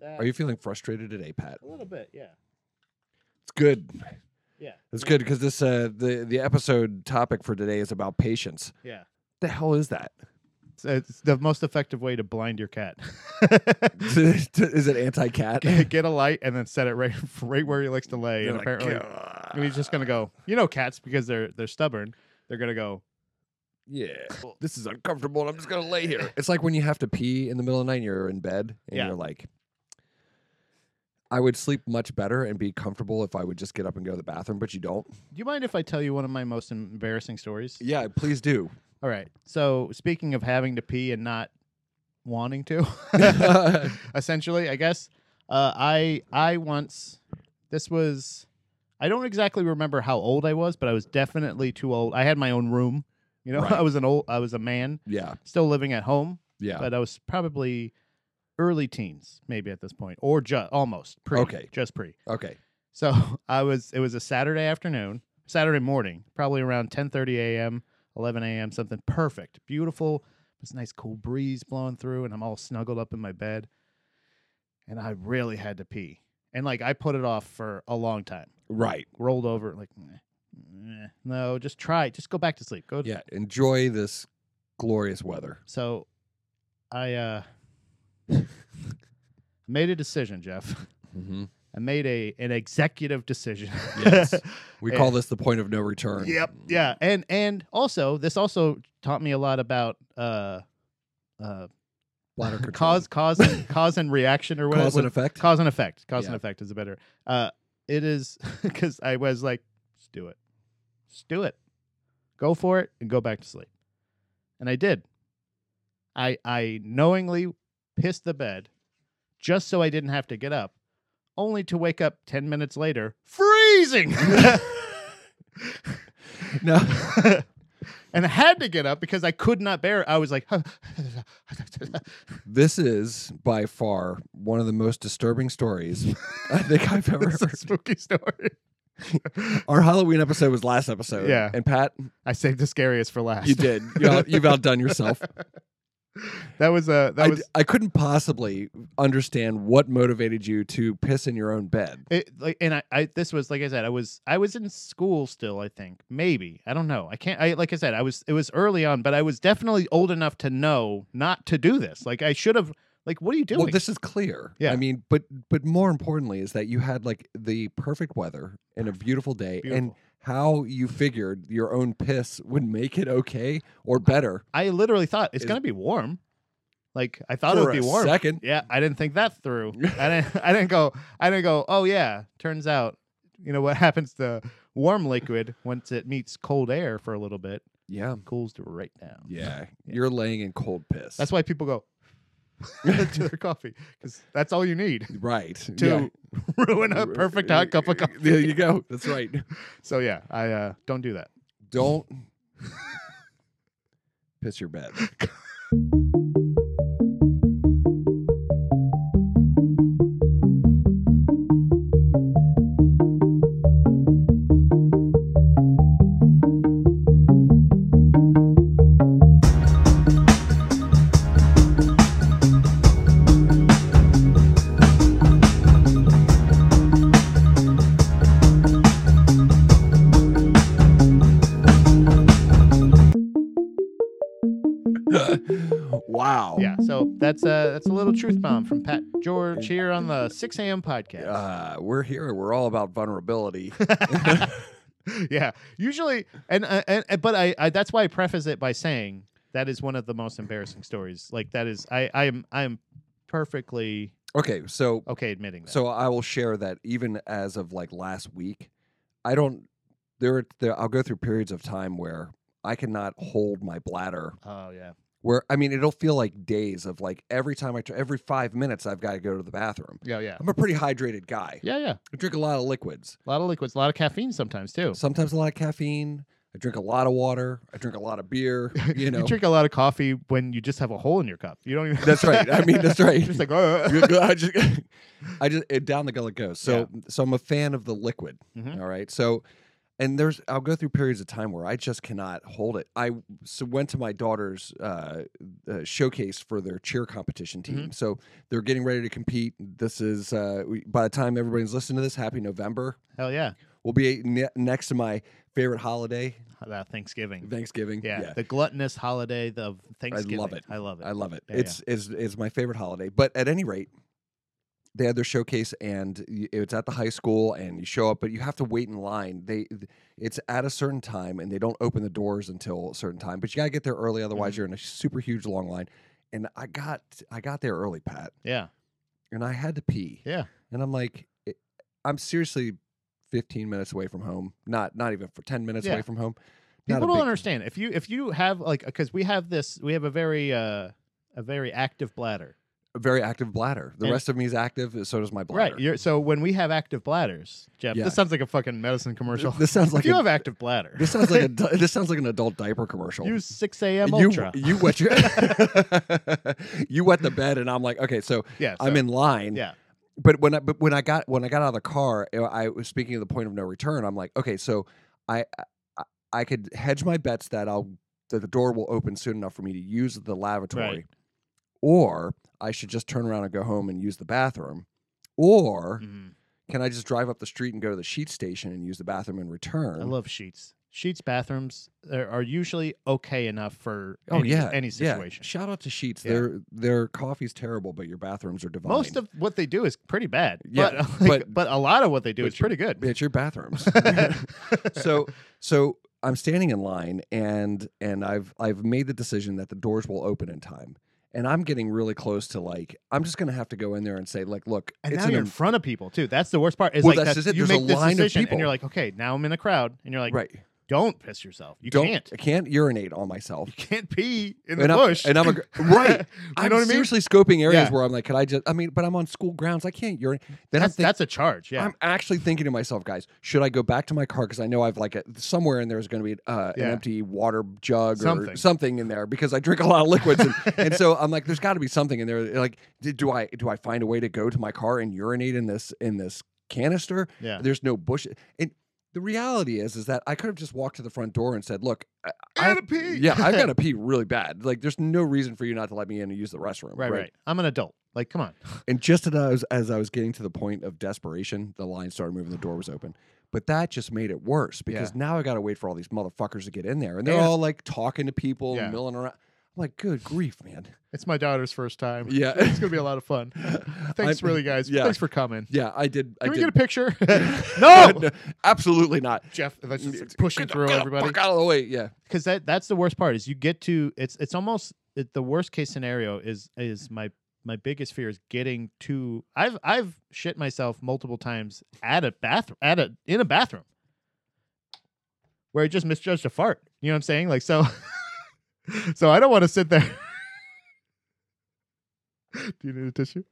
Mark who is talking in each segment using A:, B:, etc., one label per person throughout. A: that.
B: Are you feeling frustrated today, Pat?
A: a little bit? Yeah,
B: It's good.
A: yeah,
B: It's good because this uh, the the episode topic for today is about patience.
A: yeah.
B: The hell is that?
A: It's, uh, it's the most effective way to blind your cat.
B: is it anti cat?
A: get, get a light and then set it right right where he likes to lay. and apparently, and he's just gonna go. You know, cats because they're they're stubborn. They're gonna go.
B: Yeah, this is uncomfortable, and I'm just gonna lay here. It's like when you have to pee in the middle of the night, and you're in bed, and
A: Yeah.
B: you're like, I would sleep much better and be comfortable if I would just get up and go to the bathroom, but you don't.
A: Do you mind if I tell you one of my most embarrassing stories?
B: Yeah, please do.
A: All right. So speaking of having to pee and not wanting to,
B: yeah,
A: essentially, I guess uh, I I once this was I don't exactly remember how old I was, but I was definitely too old. I had my own room. You know,
B: Right.
A: I was an old I was a man still living at home,
B: yeah.
A: but I was probably early teens maybe at this point or just almost pre.
B: Okay.
A: Just pre.
B: okay.
A: So I was. It was a Saturday afternoon, Saturday morning, probably around 10:30 a.m., 11 a.m. Something perfect, beautiful. This nice cool breeze blowing through, and I'm all snuggled up in my bed, and I really had to pee, and like I put it off for a long time.
B: Right.
A: Rolled over, like, "Meh, meh, no, just try, it. just go back to sleep. Go. To
B: Yeah. Enjoy this glorious weather.
A: So, I uh, made a decision, Jeff.
B: Mm-hmm.
A: I made a an executive decision.
B: Yes. We
A: Yeah.
B: call this the point of no return.
A: Eh. Yep. Yeah. And and also this also taught me a lot about uh uh
B: Bladder control.
A: cause cause and, cause and reaction or what
B: cause
A: what-
B: and effect.
A: cause and effect. Cause and
B: Yeah.
A: effect is a better. Uh it is cuz I was like just do it. Just do it. Go for it and go back to sleep. And I did. I I knowingly pissed the bed just so I didn't have to get up only to wake up 10 minutes later freezing.
B: no.
A: and I had to get up because I could not bear it. I was like,
B: This is by far one of the most disturbing stories I think I've ever
A: it's a
B: heard.
A: spooky story.
B: Our Halloween episode was last episode.
A: Yeah.
B: And Pat,
A: I saved the scariest for last.
B: you did. You out, you've outdone yourself.
A: That was uh, that
B: I,
A: was
B: I couldn't possibly understand what motivated you to piss in your own bed.
A: it, like, and I, I this was like I said, I was I was in school still. I think maybe I don't know. I can't. I like I said, I was it was early on, but I was definitely old enough to know not to do this. Like I should have. Like what are you doing?
B: Well, this is clear.
A: Yeah.
B: I mean, but but more importantly is that you had like the perfect weather and a beautiful day, and
A: Beautiful.
B: how you figured your own piss would make it okay or better.
A: I literally thought it's
B: is-
A: gonna be warm. Like I thought it would
B: for
A: be
B: a
A: warm.
B: Second.
A: Yeah, I didn't think that through. I didn't. I didn't go. I didn't go. Oh yeah. Turns out, you know what happens to warm liquid once it meets cold air for a little bit?
B: Yeah.
A: Cools to right down.
B: Yeah. You're laying in cold piss.
A: That's why people go to their coffee because that's all you need
B: right.
A: to
B: Yeah.
A: ruin a perfect hot cup of coffee.
B: There you go. That's right.
A: So yeah, I uh, don't do that.
B: Don't piss your bed. wow.
A: Yeah. So that's uh, that's a little truth bomb from Pat George here on the 6 a.m. podcast.
B: Uh, we're here. We're all about vulnerability.
A: yeah usually and, uh, and and- but I, I that's why i preface it by saying that is one of the most embarrassing stories like that is i i am i am perfectly
B: okay. So
A: okay admitting that
B: So I will share that even as of like last week, I don't. There, are- there I'll go through periods of time where I cannot hold my bladder.
A: oh yeah
B: Where I mean, it'll feel like days of like every time I tr- every five minutes I've got to go to the bathroom.
A: yeah yeah
B: I'm a pretty hydrated guy.
A: yeah yeah
B: I drink a lot of liquids.
A: a lot of liquids a lot of caffeine sometimes too
B: Sometimes a lot of caffeine. I drink a lot of water. I drink a lot of beer. You know,
A: drink a lot of coffee when you just have a hole in your cup you don't even
B: that's right. I mean, that's right.
A: just like oh
B: I just, I just it, down the gullet goes. So,
A: Yeah.
B: so I'm a fan of the liquid.
A: Mhm.
B: all right. So, and there's I'll go through periods of time where I just cannot hold it. I so went to my daughter's uh, uh, showcase for their cheer competition team.
A: Mhm.
B: So they're getting ready to compete. This is uh, we- by the time everybody's listening to this, happy November.
A: Hell yeah.
B: We'll be e, ne- next to my favorite holiday,
A: Uh, Thanksgiving.
B: Thanksgiving.
A: Yeah, The gluttonous holiday of Thanksgiving.
B: it.
A: I love it.
B: I love it.
A: Yeah, yeah.
B: it's is is my favorite holiday. But at any rate, they had their showcase, and y- it's at the high school, and you show up, but you have to wait in line. They th- it's at a certain time, and they don't open the doors until a certain time. But you gotta get there early, otherwise
A: Mm-hmm.
B: you're in a super huge long line. And I got I got there early, Pat,
A: yeah.
B: and I had to pee.
A: Yeah.
B: And I'm like, it- I'm seriously 15 minutes away from home. Not not even for 10 minutes
A: Yeah.
B: away from home. Not a
A: People don't
B: big-
A: understand. If you if you have like because we have this we have a very uh a very active bladder.
B: A very active bladder. The
A: And-
B: rest of me is active. So does my bladder.
A: Right. You're, so when we have active bladders, Jeff,
B: Yeah.
A: this sounds like a fucking medicine commercial.
B: This sounds like
A: if you
B: a-
A: have active bladder,
B: This sounds like a du- this sounds like an adult diaper commercial.
A: use six AM
B: you,
A: Ultra.
B: you wet your you wet the bed, and I'm like, okay, so
A: yeah.
B: I'm
A: so-
B: in line.
A: Yeah.
B: But when I but when I got when I got out of the car, you know, I was speaking of the point of no return. I'm like, okay, so I I, I could hedge my bets that I'll that the door will open soon enough for me to use the lavatory, or I should just turn around and go home and use the bathroom, or
A: Mhm.
B: can I just drive up the street and go to the sheet station and use the bathroom and return?
A: I love sheets. Sheets bathrooms are, are usually okay enough for
B: Oh
A: any,
B: yeah,
A: any
B: yeah.
A: situation.
B: Shout out to Sheets.
A: Yeah.
B: Their their coffee's terrible, but your bathrooms are divine.
A: Most of what they do is pretty bad.
B: Yeah,
A: but, like,
B: but-
A: but a lot of what they do
B: but
A: is pretty good.
B: it's your bathrooms. so so I'm standing in line and and I've I've made the decision that the doors will open in time. And I'm getting really close to like I'm just gonna have to go in there and say like look
A: And
B: it's
A: now
B: an
A: you're in
B: em-
A: front of people too. That's the worst part. Is
B: Well,
A: like
B: that's
A: that's,
B: just it.
A: you
B: There's a
A: make this
B: line of
A: decision and
B: people.
A: you're like, okay, now I'm in a crowd, and you're like,
B: right
A: don't piss yourself. You
B: don't
A: can't.
B: I can't urinate on myself
A: You can't pee in the
B: and
A: bush.
B: I'm, and I'm a, gr- right
A: I
B: I'm
A: know what I mean.
B: seriously scoping areas
A: Yeah.
B: where I'm like can I just I mean but I'm on school grounds I can't urinate then I'm
A: That's,
B: thinking,
A: that's a charge. Yeah.
B: I'm actually thinking to myself, guys, should I go back to my car because I know I've like a, somewhere in there is going to be uh,
A: Yeah.
B: an empty water jug
A: Something.
B: or something in there because I drink a lot of liquids, and, and so I'm like, there's got to be something in there. Like, d- do I do I find a way to go to my car and urinate in this in this canister?
A: yeah.
B: There's no bush. And the reality is, is that I could have just walked to the front door and said, look, I,
A: I
B: I
A: gotta pee.
B: yeah, I've got to pee really bad. Like, there's no reason for you not to let me in and use the restroom.
A: right, right. I'm an adult. Like, come on.
B: And just as I was as I was getting to the point of desperation, the line started moving. The door was open. But that just made it worse because now I got to wait for all these motherfuckers to get in there, and they're
A: Yeah.
B: all like talking to people,
A: Yeah.
B: and milling around. I'm like, good grief, man.
A: It's my daughter's first time.
B: Yeah,
A: It's gonna be a lot of fun. Thanks,
B: I'm-
A: really, guys.
B: yeah.
A: Thanks for coming.
B: Yeah, I did.
A: Can
B: I
A: we
B: did.
A: get a picture? no,
B: absolutely not.
A: Jeff. That's just
B: Get
A: pushing
B: the-
A: through
B: get the
A: everybody.
B: fuck out of the way. Yeah,
A: because that that's the worst part is you get to it's it's almost it, the worst case scenario is is my my biggest fear is getting to I've I've shit myself multiple times at a bathroom at a in a bathroom where I just misjudged a fart. You know what I'm saying? Like so so I don't want to sit there. Do you need a tissue?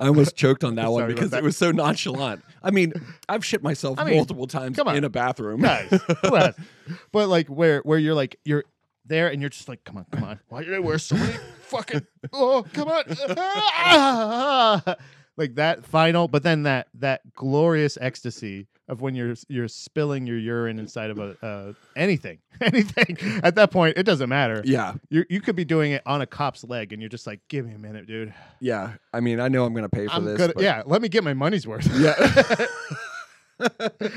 B: I almost choked on that one
A: Sorry about
B: because
A: that.
B: it was so nonchalant. I mean, I've shit myself
A: I mean,
B: multiple times
A: come on.
B: in a bathroom.
A: Guys, who has? But like where where you're like you're there and you're just like, come on, come on. Why did I wear so many fucking oh come on? Ah! like that final, but then that that glorious ecstasy of when you're you're spilling your urine inside of a uh, anything. Anything. At that point, it doesn't matter.
B: yeah,
A: You you could be doing it on a cop's leg and you're just like, give me a minute, dude.
B: yeah. I mean, I know I'm gonna pay for
A: I'm
B: this.
A: gonna
B: but-
A: yeah, let me get my money's worth.
B: yeah.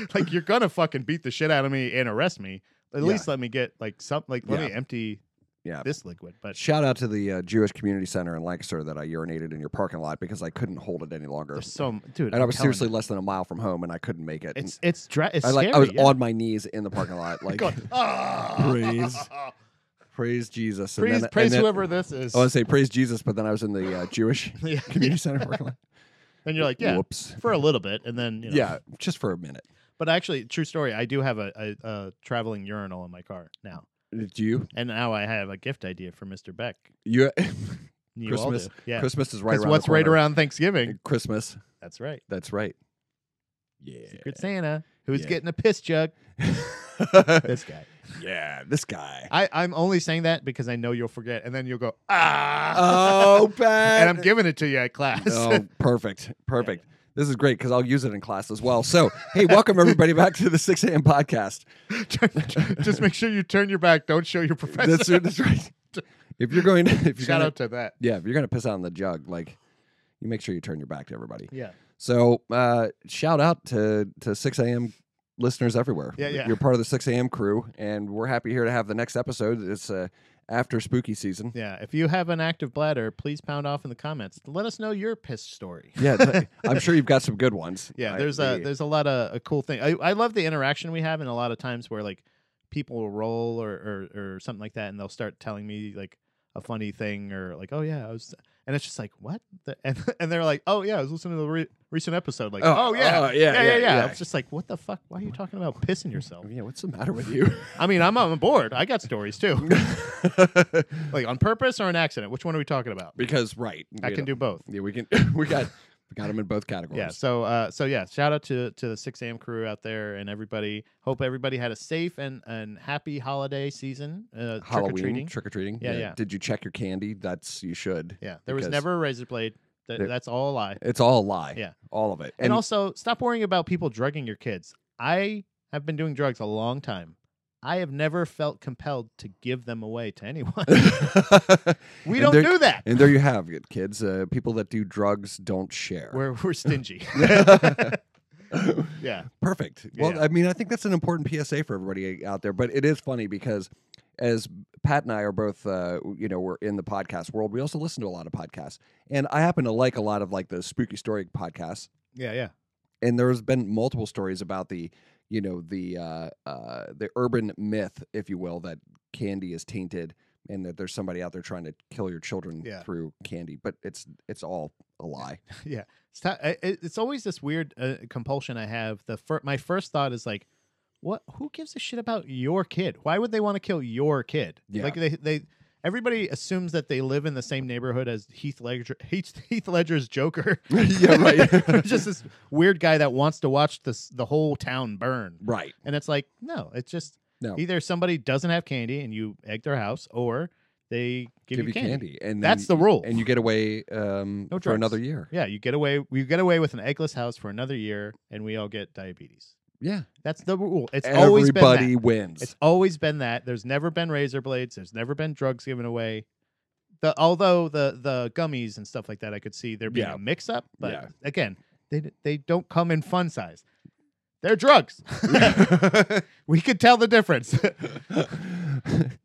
A: like you're gonna fucking beat the shit out of me and arrest me. At
B: Yeah.
A: least let me get like some like let
B: Yeah.
A: me empty
B: Yeah.
A: this liquid. But
B: Shout out to the uh, Jewish Community Center in Lancaster that I urinated in your parking lot because I couldn't hold it any longer.
A: there's so m- dude.
B: and I
A: I'm
B: was
A: telling
B: seriously
A: you.
B: less than a mile from home, and I couldn't make it. And
A: it's it's dra- it's
B: I like
A: scary.
B: I was
A: yeah.
B: on my knees in the parking lot, like
A: Going, "Ah."
B: Praise- praise Jesus. and
A: praise
B: then-
A: praise
B: and then- Oh,
A: whoever this is.
B: I want to say praise Jesus, but then I was in the uh, Jewish
A: yeah.
B: Community Center parking lot.
A: And you're like yeah
B: Whoops.
A: for a little bit, and then you know.
B: Yeah, just for a minute.
A: But actually, true story. I do have a, a, a traveling urinal in my car now,
B: Uh, Do you?
A: and now I have a gift idea for Mr. Beck.
B: You?
A: You
B: Christmas-
A: all do. yeah.
B: Christmas is right
A: 'Cause
B: around. the
A: what's right
B: corner.
A: around Thanksgiving?
B: Christmas?
A: That's right.
B: That's right. Yeah.
A: Secret Santa, who's
B: Yeah.
A: getting a piss jug. This guy.
B: yeah, this guy.
A: I, I'm only saying that because I know you'll forget, and then you'll go ah,
B: Oh, bad.
A: and I'm giving it to you at class.
B: Oh, perfect. Perfect. This is great because I'll use it in class as well. So, hey, welcome everybody back to the 6 a.m. podcast.
A: Just make sure you turn your back. Don't show your professor.
B: That's, that's right. If you're going to, if you're
A: Shout
B: gonna,
A: out to that.
B: yeah, if you're going to piss out in the jug, like you make sure you turn your back to everybody.
A: Yeah.
B: So, uh, shout out to to 6 a.m. listeners everywhere.
A: Yeah, yeah.
B: You're part of the 6 a.m. crew, and we're happy here to have the next episode. It's uh, after spooky season.
A: Yeah. If you have an active bladder, please pound off in the comments. Let us know your piss story.
B: Yeah, it's- I'm sure you've got some good ones.
A: Yeah,
B: I-
A: there's a
B: the-
A: there's a lot of a cool thing. I, I love the interaction we have, and a lot of times where like people will roll or, or or something like that, and they'll start telling me like a funny thing or like, oh yeah, I was, and it's just like what, the, and and they're like, oh yeah, I was listening to the re- recent episode, like, oh, yeah,
B: oh,
A: yeah, yeah, yeah,
B: yeah.
A: It's just like what the fuck? Why are you talking about pissing yourself?
B: Yeah, what's the matter with you?
A: I mean, I'm on board. I got stories too, like on purpose or an accident. Which one are we talking about?
B: because right,
A: I
B: you
A: can
B: know,
A: do both.
B: Yeah, we can. We got we got them in both categories.
A: Yeah. So, uh, so yeah. Shout out to to the six AM crew out there and everybody. Hope everybody had a safe and and happy holiday season. Uh, Trick or
B: Halloween
A: treating.
B: trick or treating.
A: Yeah, yeah.
B: Did you check your candy? That's you should.
A: yeah. There was
B: because-
A: never a razor blade. That,
B: There-
A: that's all a lie. And,
B: It's all a lie.
A: Yeah.
B: all of it.
A: also, stop worrying about people drugging your kids. I have been doing drugs a long time. I have never felt compelled to give them away to anyone. we
B: And
A: don't
B: there-
A: do that.
B: and there you have it, kids. Uh, people that do drugs don't share.
A: We're we're stingy. yeah.
B: Perfect. Well,
A: Yeah.
B: I mean, I think that's an important PSA for everybody out there. But it is funny because as Pat and I are both, uh, you know, we're in the podcast world. We also listen to a lot of podcasts, and I happen to like a lot of like the spooky story podcasts.
A: Yeah. Yeah.
B: And there's been multiple stories about the, you know, the uh, uh, the urban myth, if you will, that candy is tainted and that there's somebody out there trying to kill your children
A: Yeah.
B: through candy. But it's it's all a lie.
A: it's, ta- I- I- it's always this weird uh, compulsion I have. The fir- my first thought is like, what? Who gives a shit about your kid? Why would they want to kill your kid?
B: Yeah.
A: Like they they everybody assumes that they live in the same neighborhood as Heath Ledger Heath, Heath Ledger's Joker.
B: Yeah, right.
A: There's just this weird guy that wants to watch this the whole town burn,
B: Right.
A: and it's like no, it's just
B: No.
A: either somebody doesn't have candy and you egg their house, or they give, you candy.
B: and then
A: That's the rule.
B: and you get away um,
A: No
B: for another
A: drugs.
B: year.
A: Yeah, you get away. We get away with an eggless house for another year, and we all get diabetes.
B: Yeah,
A: That's the rule. It's always been
B: everybody
A: that.
B: wins.
A: It's always been that. There's never been razor blades. There's never been drugs given away. The although the the gummies and stuff like that, I could see there being
B: Yeah.
A: a mix up. But
B: Yeah.
A: again, they d- they don't come in fun size. They're drugs. we could tell the difference.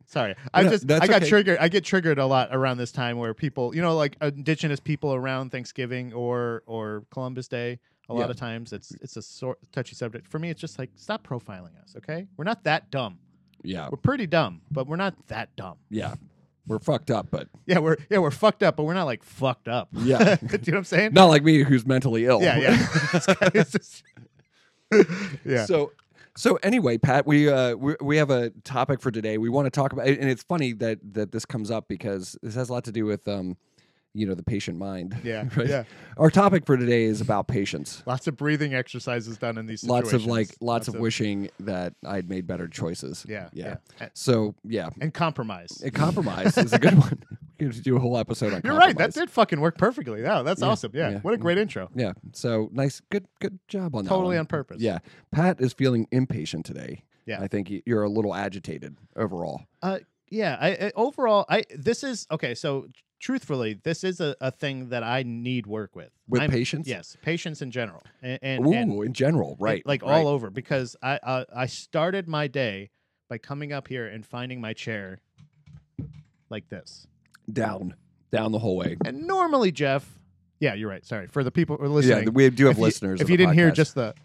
A: Sorry, I
B: No,
A: just
B: that's
A: I got
B: okay.
A: triggered. I get triggered a lot around this time where people, you know, like indigenous people around Thanksgiving or or Columbus Day. A lot
B: Yeah.
A: of times, it's it's a sort touchy subject. For me, it's just like stop profiling us. Okay, we're not that dumb.
B: yeah,
A: We're pretty dumb, but we're not that dumb.
B: yeah, we're fucked up, but
A: Yeah, we're yeah we're fucked up, but we're not like fucked up. Do
B: Yeah.
A: you know what I'm saying?
B: not like me who's mentally ill.
A: Yeah, yeah. It's kinda- it's just- yeah.
B: So so anyway, Pat, we uh we, we have a topic for today. We want to talk about, and it's funny that that this comes up because this has a lot to do with um, you know, the patient mind.
A: Yeah,
B: right?
A: yeah.
B: Our topic for today is about patience.
A: Lots of breathing exercises done in these situations.
B: Lots of like, lots, of, wishing that I'd made better choices.
A: Yeah,
B: yeah.
A: yeah. A-
B: So yeah,
A: and compromise.
B: A compromise is a good one. We could do a whole episode on
A: You're right. That
B: compromise.
A: did fucking work perfectly. Yeah, that's awesome. Yeah.
B: yeah,
A: What a great intro.
B: Yeah. So nice. Good. Good job on that.
A: Totally
B: one.
A: on purpose.
B: Yeah. Pat is feeling impatient today.
A: Yeah.
B: I think y- you're a little agitated overall.
A: Uh, yeah. I, I overall, I this is okay. So truthfully, this is a, a thing that I need work with.
B: With
A: I'm-
B: patience?
A: Yes, patience in general, and and,
B: Ooh,
A: and-
B: in general, right?
A: and, like
B: right.
A: all over because I, I I started my day by coming up here and finding my chair like this.
B: down, down the whole way.
A: And normally, Jeff. Yeah, you're right. Sorry for the people who are
B: Yeah,
A: listening.
B: th- we do have
A: if you-
B: listeners.
A: if
B: of
A: you
B: the
A: didn't hear
B: podcast.
A: just the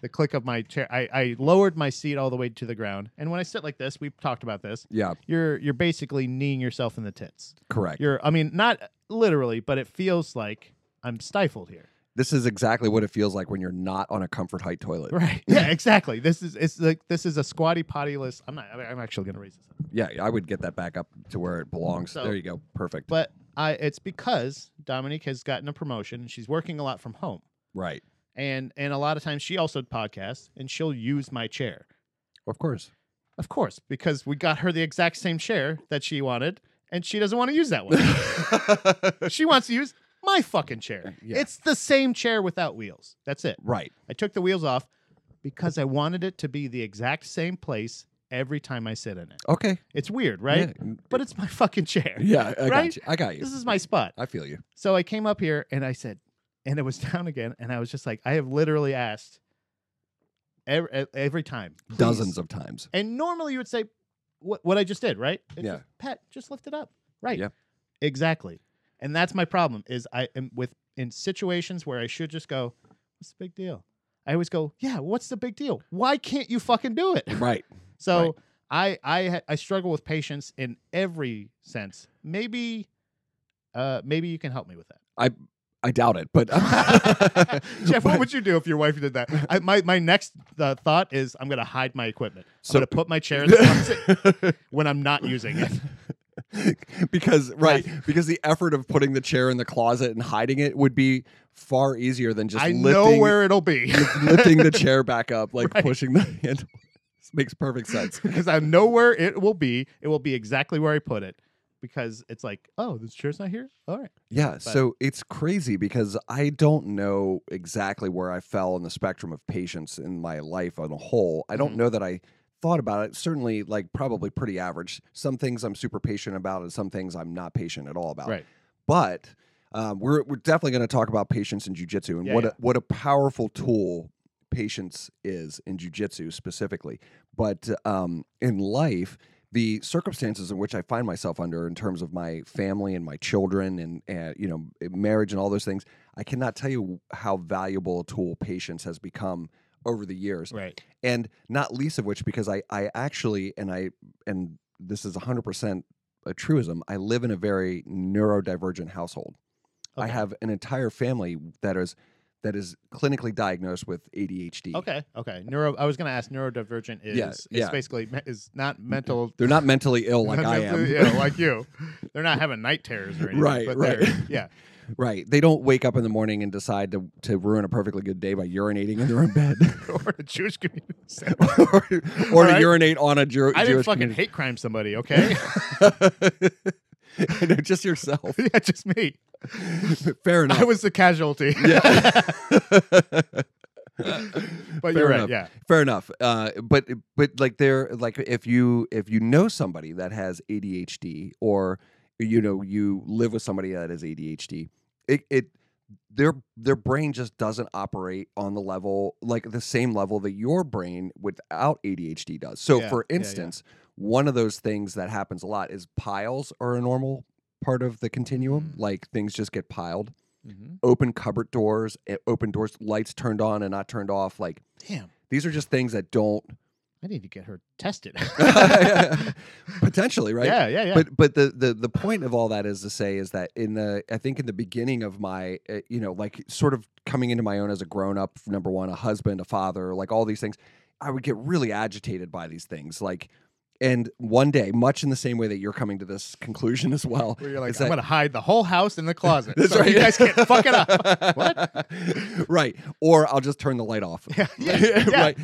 A: the click of my chair, I, I lowered my seat all the way to the ground. And when I sit like this, we've talked about this.
B: yeah,
A: You're you're basically kneeing yourself in the tits.
B: correct.
A: You're I mean not literally, but it feels like I'm stifled here.
B: this is exactly what it feels like when you're not on a comfort height toilet.
A: Right. Yeah. Exactly. This is it's like this is a squatty potty list. I'm not. I mean, I'm actually gonna raise this up.
B: Yeah, I would get that back up to where it belongs.
A: So-
B: there you go. Perfect.
A: But I it's because Dominique has gotten a promotion. She's working a lot from home.
B: right.
A: and and a lot of times she also podcasts and she'll use my chair
B: Of course.
A: of course because we got her the exact same chair that she wanted and she doesn't want to use that one she wants to use my fucking chair.
B: Uh, Yeah.
A: It's the same chair without wheels. That's it.
B: Right.
A: I took the wheels off because I wanted it to be the exact same place every time I sit in it.
B: Okay.
A: It's weird, right?
B: Yeah.
A: But it's my fucking chair.
B: Yeah, I
A: Right?
B: got you. I got you.
A: This is my spot.
B: I feel you.
A: So I came up here and I said, and it was down again. And I was just like, I have literally asked every, every time. please.
B: Dozens of times.
A: And normally you would say, what, what I just did, right? It's
B: Yeah.
A: Just, Pat, just lift it up. Right.
B: Yeah.
A: Exactly. And that's my problem is I am with in situations where I should just go, what's the big deal? I always go, yeah, what's the big deal? Why can't you fucking do it?
B: Right.
A: So I I ha- I struggle with patience in every sense. Maybe uh maybe you can help me with that.
B: I doubt it, but
A: Jeff, what
B: but-
A: would you do if your wife did that? I, my my next uh, thought is I'm gonna hide my equipment.
B: So-
A: I'm gonna put my chair in the closet when I'm not using it.
B: because right because the effort of putting the chair in the closet and hiding it would be far easier than just
A: I
B: lifting,
A: know where it'll be
B: lifting the chair back up like
A: Right.
B: pushing the handle. This makes perfect sense.
A: because I know where it will be. It will be exactly where I put it because it's like, oh, this chair's not here. All right,
B: Yeah, so it's crazy because I don't know exactly where I fell in the spectrum of patience in my life on a whole. I don't
A: Mhm.
B: know that I thought about it. Certainly, like probably pretty average. Some things I'm super patient about, and some things I'm not patient at all about.
A: Right.
B: But um, we're we're definitely going to talk about patience in jujitsu and
A: Yeah,
B: what
A: yeah.
B: A, what a powerful tool patience is in jujitsu specifically. But um, in life, the circumstances in which I find myself under, in terms of my family and my children, and, and you know, marriage and all those things, I cannot tell you how valuable a tool patience has become over the years
A: right,
B: and not least of which because I I actually and I and this is 100% a truism I live in a very neurodivergent household. I
A: Okay.
B: have an entire family that is that is clinically diagnosed with ADHD.
A: okay, okay. Neuro. I was gonna ask. Neurodivergent is
B: Yeah,
A: is
B: yeah.
A: basically me- is not mental
B: They're not mentally ill like I am.
A: yeah, like you. They're not having night terrors or anything.
B: Right,
A: but
B: right.
A: they're- Yeah,
B: Right. They don't wake up in the morning and decide to to ruin a perfectly good day by urinating in their own bed
A: or a Jewish community. center.
B: or, or to
A: Right.
B: urinate on a Jew-
A: I didn't
B: Jewish
A: fucking
B: community.
A: hate crime somebody, okay?
B: I know, just yourself.
A: yeah, just me.
B: Fair enough.
A: I was the casualty.
B: yeah.
A: but
B: Fair
A: you're right.
B: enough.
A: Yeah.
B: Fair enough. Uh, but but like there like if you if you know somebody that has ADHD or you know you live with somebody that has ADHD, it, it their their brain just doesn't operate on the level like the same level that your brain without ADHD does. So
A: Yeah,
B: for
A: yeah, yeah.
B: instance, one of those things that happens a lot is piles are a normal part of the continuum.
A: Mm.
B: Like things just get piled
A: Mm-hmm.
B: open cupboard doors, eh, open doors, lights turned on and not turned off. Like
A: Damn.
B: these are just things that don't
A: I need to get her tested.
B: potentially, right?
A: Yeah, yeah, yeah.
B: But but the, the the point of all that is to say is that in the I think in the beginning of my uh, you know like sort of coming into my own as a grown up number one a husband a father like all these things I would get really agitated by these things like and one day much in the same way that you're coming to this conclusion as well
A: Where you're like,
B: is
A: I'm
B: that-
A: going to hide the whole house in the closet.
B: That's
A: so
B: right.
A: You guys can't fuck it up. What?
B: right. Or I'll just turn the light off.
A: Yeah, yeah, yeah.
B: right.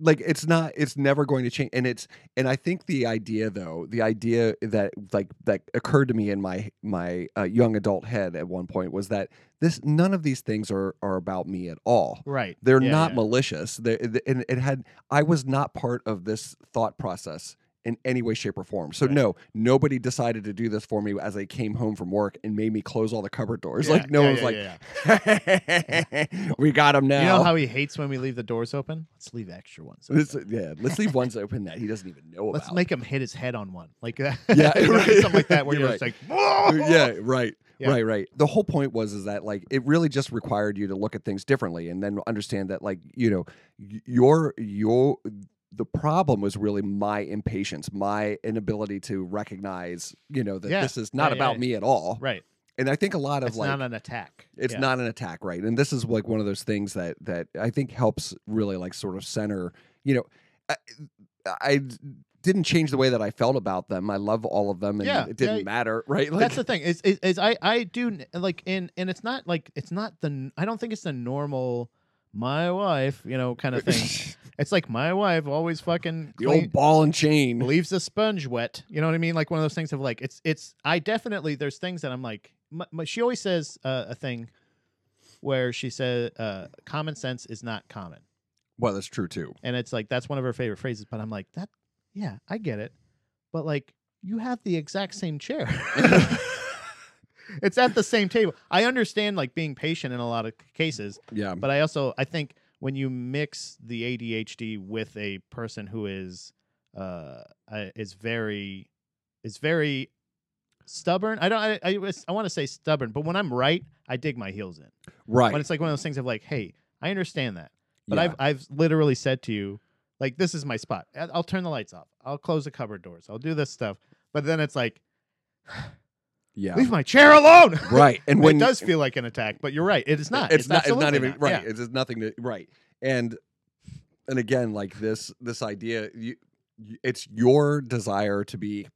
B: Like it's not it's never going to change and it's and I think the idea though, the idea that like that occurred to me in my my uh, young adult head at one point was that this none of these things are are about me at all.
A: Right.
B: They're
A: Yeah,
B: not
A: yeah.
B: malicious. They and it had I was not part of this thought process in any way, shape, or form. So
A: Right.
B: no, nobody decided to do this for me as I came home from work and made me close all the cupboard doors.
A: Yeah,
B: like no
A: yeah,
B: one's
A: yeah,
B: like,
A: yeah,
B: we got him now.
A: yeah. You know how he hates when we leave the doors open? Let's leave extra ones. open.
B: This- yeah, let's leave ones open that he doesn't even know
A: Let's
B: about.
A: make him hit his head on one. Like that.
B: Yeah,
A: You know,
B: right.
A: something like that where
B: You're
A: you're,
B: right.
A: just like, "Whoa!"
B: yeah, right.
A: Yeah.
B: Right, right. The whole point was is that like it really just required you to look at things differently and then understand that like, you know, y- your your the problem was really my impatience, my inability to recognize, you know, that
A: Yeah.
B: this is
A: Yeah,
B: not
A: yeah,
B: about
A: yeah.
B: me at all.
A: Right.
B: And I think a lot of
A: It's
B: like
A: not an attack.
B: it's
A: Yeah.
B: not an attack right and this is like one of those things that that i think helps really like sort of center you know i, I d- didn't change the way that i felt about them i love all of them and
A: Yeah,
B: it didn't
A: yeah.
B: matter right like
A: That's the thing. Is, is is I I do n- like in and it's not like it's not the n- I don't think it's the normal my wife, you know, kind of thing. it's like my wife always fucking
B: the
A: clean-
B: old ball and chain.
A: leaves the sponge wet. You know what I mean? Like one of those things of like it's it's. I definitely there's things that I'm like. My, my, she always says uh, a thing where she says uh, common sense is not common,
B: Well, that's true too.
A: and it's like that's one of her favorite phrases. But I'm like that. Yeah, I get it, but like you have the exact same chair. it's at the same table. I understand like being patient in a lot of cases,
B: Yeah.
A: but I also I think when you mix the ADHD with a person who is uh uh, is very is very stubborn. I don't I I, was- I want to say stubborn, but when I'm right, I dig my heels in.
B: Right.
A: When it's like one of those things of like, hey, I understand that, but
B: yeah.
A: I've I've literally said to you like this is my spot. I- I'll turn the lights off. I'll close the cupboard doors. I'll do this stuff. But then it's like
B: yeah.
A: leave my chair alone.
B: right. And when
A: it does feel like an attack, but you're right. It is not.
B: it's, not, it's not
A: absolutely
B: even
A: not.
B: right.
A: Yeah.
B: It's just nothing to right. And and again, like this this idea, you, you- it's your desire to be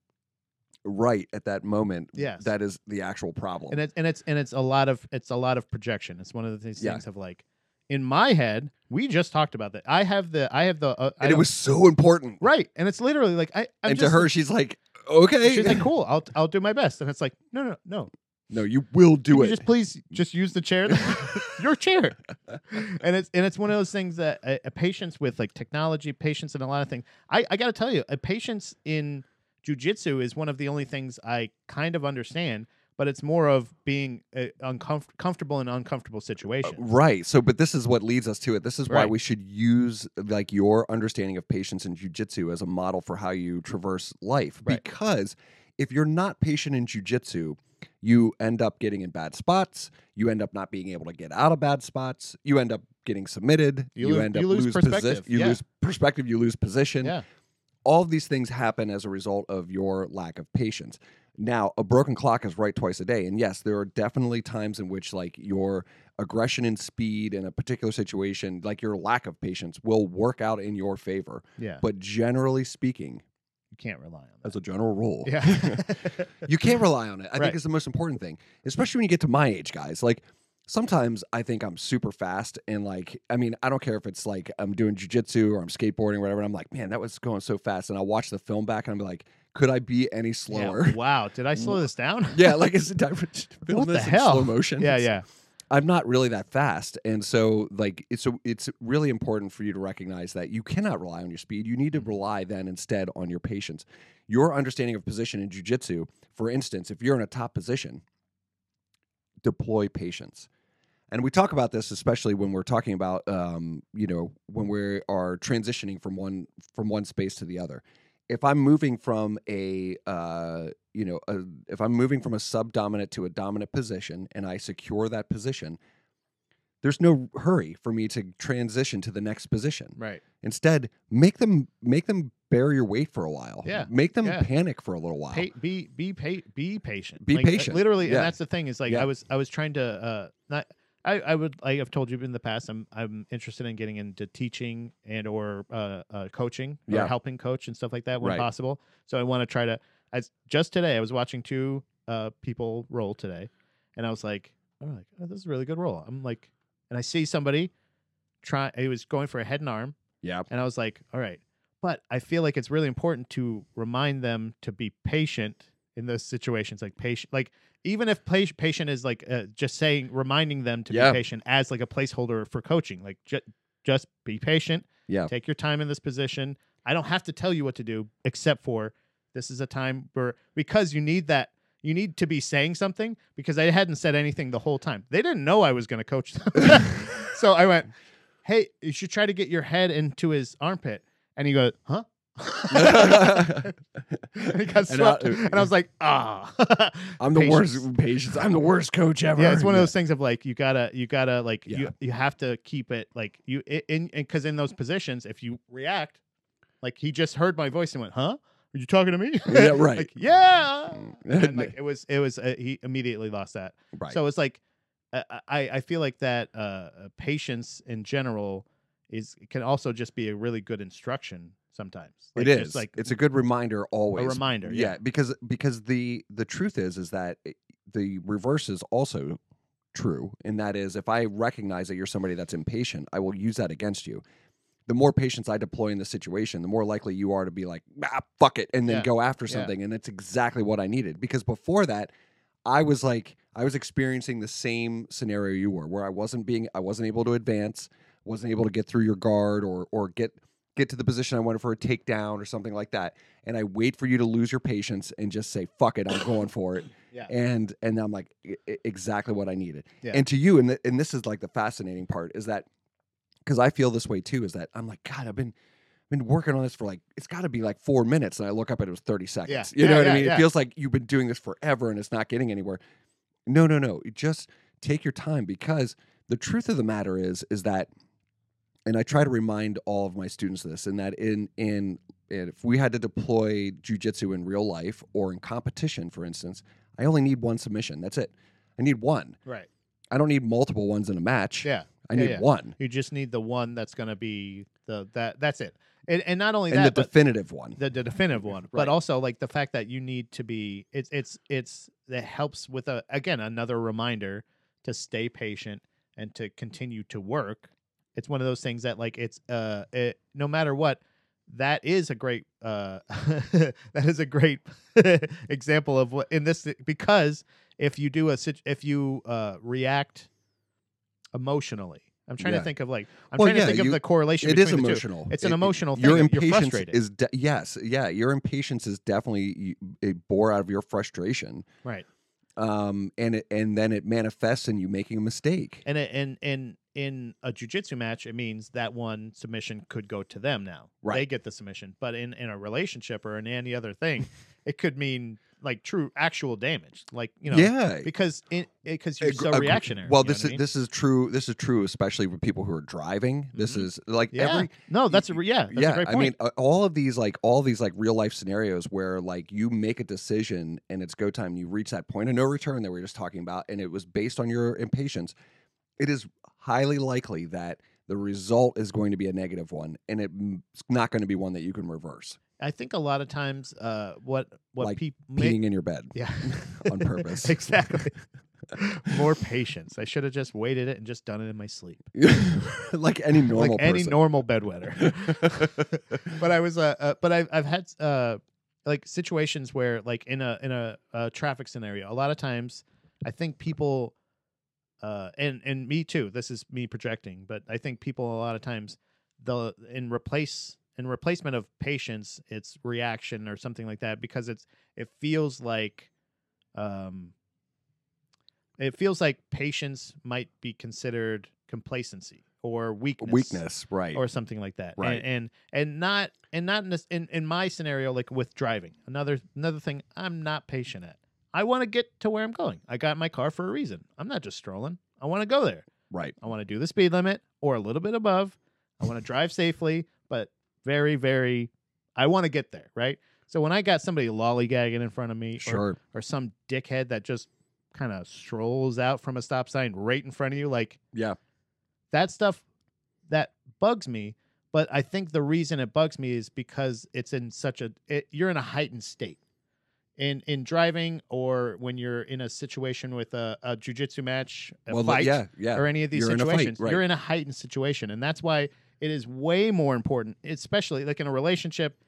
B: right at that moment.
A: Yes.
B: That is the actual problem.
A: and it's and it's and it's a lot of it's a lot of projection. It's one of the things,
B: Yeah.
A: things of like in my head. We just talked about that. I have the I have the uh, I
B: and it
A: don't-
B: was so important.
A: right, and it's literally like I I'm
B: and
A: just,
B: to her, she's like, okay.
A: she's like cool. I'll I'll do my best, and it's like no no no.
B: no, you will
A: Can
B: do
A: you
B: it.
A: Just please just use the chair, that- your chair. And it's and it's one of those things that a, a patience with like technology, patience in a lot of things. I I got to tell you, a patience in jujitsu is one of the only things I kind of understand. But it's more of being uh, uncomfortable, comfortable in uncomfortable situations.
B: Uh, Right. So, but this is what leads us to it. This is why
A: Right.
B: we should use like your understanding of patience in jujitsu as a model for how you traverse life.
A: Right.
B: Because if you're not patient in jujitsu, you end up getting in bad spots. You end up not being able to get out of bad spots. You end up getting submitted.
A: You lose-
B: end up
A: you lose
B: posi-
A: perspective,
B: you
A: yeah.
B: lose perspective. You lose position.
A: Yeah.
B: All of these things happen as a result of your lack of patience. Now, a broken clock is right twice a day. And yes, there are definitely times in which like your aggression and speed in a particular situation, like your lack of patience, will work out in your favor.
A: Yeah.
B: But generally speaking,
A: you can't rely on that.
B: as a general rule,
A: yeah.
B: you can't rely on it. I
A: Right.
B: think it's the most important thing, especially when you get to my age, guys. Like sometimes I think I'm super fast and like I mean, I don't care if it's like I'm doing jujitsu or I'm skateboarding or whatever. And I'm like, man, that was going so fast. And I'll watch the film back and I'm like, could I be any
A: Yeah,
B: slower? Mm.
A: Wow. Did I slow this down?
B: Yeah, like it's a different film
A: What the
B: this in
A: hell?
B: slow motion.
A: yeah.
B: It's-
A: Yeah.
B: I'm not really that fast, and so like it's a, it's really important for you to recognize that you cannot rely on your speed. You need to
A: Mm-hmm.
B: rely then instead on your patience. Your understanding of position in jujitsu, for instance, if you're in a top position, deploy patience. And we talk about this especially when we're talking about um, you know when we are transitioning from one from one space to the other. If I'm moving from a uh, you know a, if I'm moving from a subdominant to a dominant position and I secure that position, there's no hurry for me to transition to the next position.
A: Right.
B: Instead, make them make them bear your weight for a while.
A: Yeah,
B: Make them
A: yeah.
B: panic for a little while.
A: Pa- be be pa- be patient.
B: Be
A: Like, uh,
B: patient.
A: Literally,
B: Yeah.
A: and that's the thing is like
B: Yeah.
A: I was I was trying to uh not I I would I have told you in the past I'm I'm interested in getting into teaching and or uh, uh coaching or
B: Yeah.
A: helping coach and stuff like that when
B: Right.
A: possible. So I want to try to as just today I was watching two uh people roll today, and I was like I'm like oh, this is a really good roll. I'm like and I see somebody try he was going for a head and arm
B: yeah.
A: and I was like, all right. But I feel like it's really important to remind them to be patient in those situations. Like patient, like even if pa- patient is like uh, just saying, reminding them to
B: Yeah.
A: be patient as like a placeholder for coaching. Like ju- just be patient.
B: Yeah.
A: Take your time in this position. I don't have to tell you what to do, except for this is a time where because you need that. You need to be saying something because I hadn't said anything the whole time. They didn't know I was going to coach them. so I went, hey, you should try to get your head into his armpit. And he goes, huh? and he got
B: And I-
A: swept. And I, was like, ah.
B: I'm the
A: Patience.
B: worst patience. I'm the worst coach ever.
A: Yeah, it's one of those things of like you gotta, you gotta, like
B: Yeah.
A: you, you have to keep it like you i- in, because in those positions, if you react, like he just heard my voice and went, "Huh? Are you talking to me?"
B: Yeah, right.
A: like, yeah.
B: Mm.
A: And like it was, it was. Uh, he immediately lost that.
B: right.
A: So it's like uh, I I, I feel like that uh, uh, patience in general is can also just be a really good instruction sometimes. Like,
B: it
A: just
B: is
A: like
B: it's a good reminder
A: a
B: always.
A: reminder.
B: yeah, because because the the truth is is that it- the reverse is also true, and that is if I recognize that you're somebody that's impatient, I will use that against you. The more patience I deploy in the situation, the more likely you are to be like, ah, fuck it, and then
A: Yeah.
B: go after
A: Yeah.
B: something. And that's exactly what I needed because before that, I was like, I was experiencing the same scenario you were, where I wasn't being, I wasn't able to advance, wasn't able to get through your guard or or get get to the position I wanted for a takedown or something like that. And I wait for you to lose your patience and just say, fuck it, I'm going for it
A: Yeah.
B: and and I'm like "E- e- exactly what I needed.
A: Yeah.
B: And to you, and th- and this is like the fascinating part is that because I feel this way too is that I'm like God, I've been been working on this for like it's got to be like four minutes, and I look up and it was thirty seconds. You
A: Yeah,
B: know what
A: yeah,
B: I mean?
A: yeah.
B: It feels like you've been doing this forever and it's not getting anywhere. No, no, no. It Just take your time because the truth of the matter is is that, and I try to remind all of my students this, and that in in and if we had to deploy jujitsu in real life or in competition, for instance, I only need one submission. That's it. I need one.
A: Right.
B: I don't need multiple ones in a match.
A: Yeah.
B: I
A: yeah,
B: need
A: yeah.
B: one
A: You just need the one that's going to be the that that's it. And, and not only
B: and the
A: that, but
B: definitive one.
A: the, the definitive one,
B: Right.
A: but also like the fact that you need to be it's it's it's that helps with a again another reminder to stay patient and to continue to work. It's one of those things that like it's uh it, no matter what that is a great uh that is a great example of what in this because if you do a sit- if you uh react emotionally I'm trying
B: Yeah.
A: to think of like I'm
B: Well,
A: trying
B: yeah,
A: to think
B: you-
A: of the correlation
B: It
A: between
B: is
A: the two.
B: emotional.
A: It's an
B: It- it-
A: emotional thing.
B: Your
A: You're
B: impatience
A: frustrated.
B: is de- yes, yeah. Your impatience is definitely you- it bore out of your frustration,
A: right.
B: um, and it, and then it manifests in you making a mistake.
A: And it, and and in a jujitsu match, it means that one submission could go to them now.
B: Right.
A: They get the submission. But in in a relationship or in any other thing, it could mean like true actual damage. Like you know,
B: yeah,
A: because in because you're
B: Agr-
A: so
B: agr-
A: reactionary.
B: Well,
A: you know
B: this
A: what I
B: is
A: mean?
B: this is true. This is true, especially with people who are driving. This
A: Mhm.
B: is like
A: yeah.
B: every
A: no, that's a re- yeah, that's
B: yeah.
A: a great
B: I
A: point.
B: mean, uh, all of these like all these like real life scenarios where like you make a decision and it's go time. And you reach that point of no return that we were just talking about, and it was based on your impatience. It is highly likely that the result is going to be a negative one, and it, m- it's not going to be one that you can reverse.
A: I think a lot of times, uh, what what
B: Like
A: people
B: Peeing in your bed.
A: yeah
B: on purpose.
A: exactly. More patience. I should have just waited it and just done it in my sleep.
B: like any normal
A: like any
B: person.
A: normal bedwetter. but I was uh, uh but I've I've had uh like situations where like in a in a, uh traffic scenario, a lot of times I think people uh and and me too. This is me projecting, but I think people a lot of times they'll in replace in replacement of patience, it's reaction or something like that because it's it feels like um it feels like patience might be considered complacency or weakness
B: weakness, right?
A: or something like that.
B: Right.
A: And and, and not and not in, this, in in my scenario like with driving. Another another thing I'm not patient at. I want to get to where I'm going. I got my car for a reason. I'm not just strolling. I want to go there.
B: right.
A: I want to do the speed limit or a little bit above. I want to drive safely, but very very I want to get there, right? So when I got somebody lollygagging in front of me or
B: Sure.
A: or some dickhead that just kind of strolls out from a stop sign right in front of you like
B: Yeah.
A: that stuff that bugs me but i think the reason it bugs me is because it's in such a it, you're in a heightened state in in driving or when you're in a situation with a, a jiu-jitsu match a
B: Well,
A: fight
B: yeah, yeah.
A: or any of these
B: You're in a fight,
A: situations
B: right.
A: you're in a heightened situation and that's why it is way more important especially like in a relationship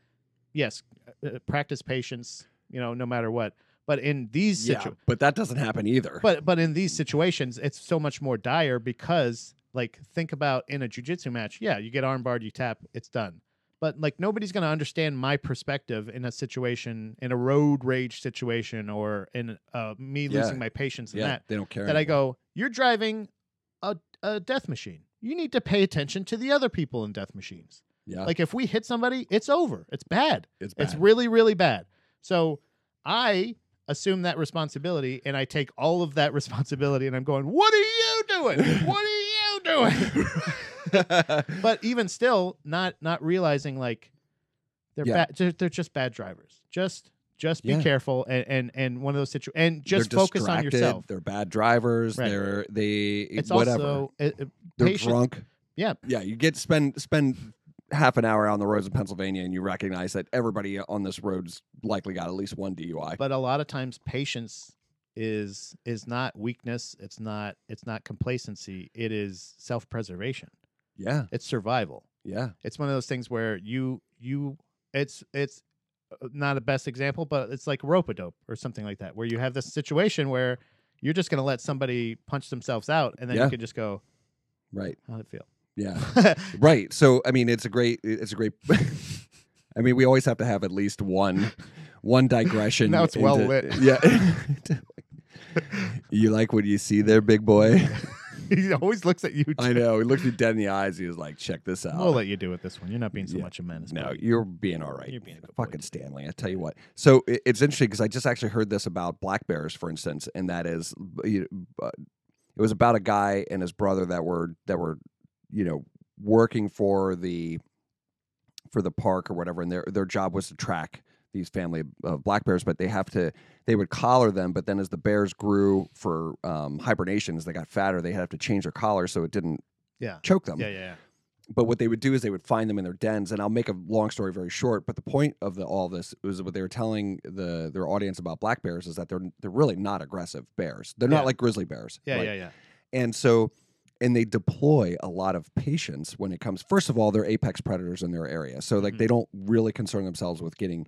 A: yes uh, practice patience you know no matter what but in these situations
B: Yeah, but that doesn't happen either.
A: but but in these situations, it's so much more dire because like think about in a jujitsu match, yeah, you get armbarred, you tap, it's done. But like nobody's gonna understand my perspective in a situation, in a road rage situation, or in uh, me
B: Yeah.
A: losing my patience in
B: yeah,
A: that.
B: they don't care.
A: That I
B: anymore.
A: go, you're driving a a death machine. You need to pay attention to the other people in death machines.
B: Yeah,
A: Like if we hit somebody, it's over. It's bad.
B: it's
A: It's
B: Uh. bad.
A: really, really bad. So I assume that responsibility and I take all of that responsibility and I'm going, what are you doing? What are you doing? but even still, not not realizing like they're
B: Yeah.
A: bad, they're, they're just bad drivers. Just just be
B: Yeah.
A: careful and and, and one of those situations and just
B: They're
A: focus on
B: distracted,
A: yourself.
B: They're bad drivers.
A: Right.
B: They're they
A: It's
B: whatever.
A: also it, it-
B: they're
A: patient-
B: drunk.
A: Yeah.
B: yeah. You get spend spend half an hour on the roads in Pennsylvania, and you recognize that everybody on this road's likely got at least one DUI.
A: but a lot of times patience is is not weakness it's not it's not complacency it is self-preservation
B: Yeah.
A: it's survival
B: Yeah.
A: it's one of those things where you you it's it's uh, not a best example but it's like rope a dope or something like that where you have this situation where you're just going to let somebody punch themselves out and then
B: Yeah.
A: you can just go
B: Right.
A: how'd it feel
B: Yeah. Right. So I mean, it's a great. It's a great. I mean, we always have to have at least one, one digression.
A: Now it's well lit.
B: Yeah. you like what you see there, big boy.
A: he always looks at you
B: I know. He looked me dead in the eyes. He was like, "Check this out."
A: we'll let you do it this one you're not being so
B: Yeah.
A: much a menace
B: No,
A: buddy.
B: you're being all right.
A: You're being a good boy,
B: fucking
A: dude.
B: Stanley. I tell you what. So i- it's interesting because I just actually heard this about black bears, for instance, and that is, b- you know, uh, it was about a guy and his brother that were that were, you know, working for the for the park or whatever, and their their job was to track these family of- of black bears, but they have to they would collar them, but then as the bears grew for um, hibernation, as they got fatter, they had to change their collar so it didn't
A: yeah
B: choke them
A: yeah yeah yeah
B: but what they would do is they would find them in their dens and i'll make a long story very short but the point of the, all this was what they were telling the their audience about black bears is that they're they're really not aggressive bears they're
A: Yeah.
B: not like grizzly bears
A: yeah
B: Like,
A: yeah yeah
B: and so and they deploy a lot of patience when it comes first of all they're apex predators in their area so like
A: Mhm.
B: they don't really concern themselves with getting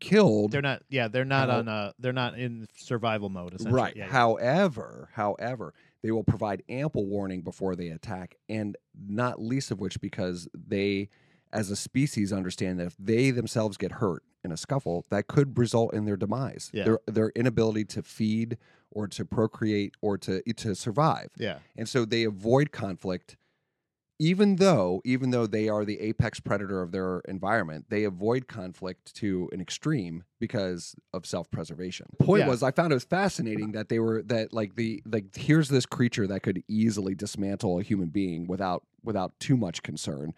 B: killed
A: they're not yeah they're not
B: How-
A: on uh they're not in survival mode essentially
B: Right.
A: yeah, yeah.
B: however, however, they will provide ample warning before they attack, and not least of which because they, as a species, understand that if they themselves get hurt in a scuffle, that could result in their demise,
A: Yeah.
B: their their inability to feed or to procreate or to to survive,
A: yeah
B: and so they avoid conflict. Even though, even though they are the apex predator of their environment, they avoid conflict to an extreme because of self-preservation. Point
A: Yeah.
B: was, I found it was fascinating that they were that like the like here's this creature that could easily dismantle a human being without without too much concern,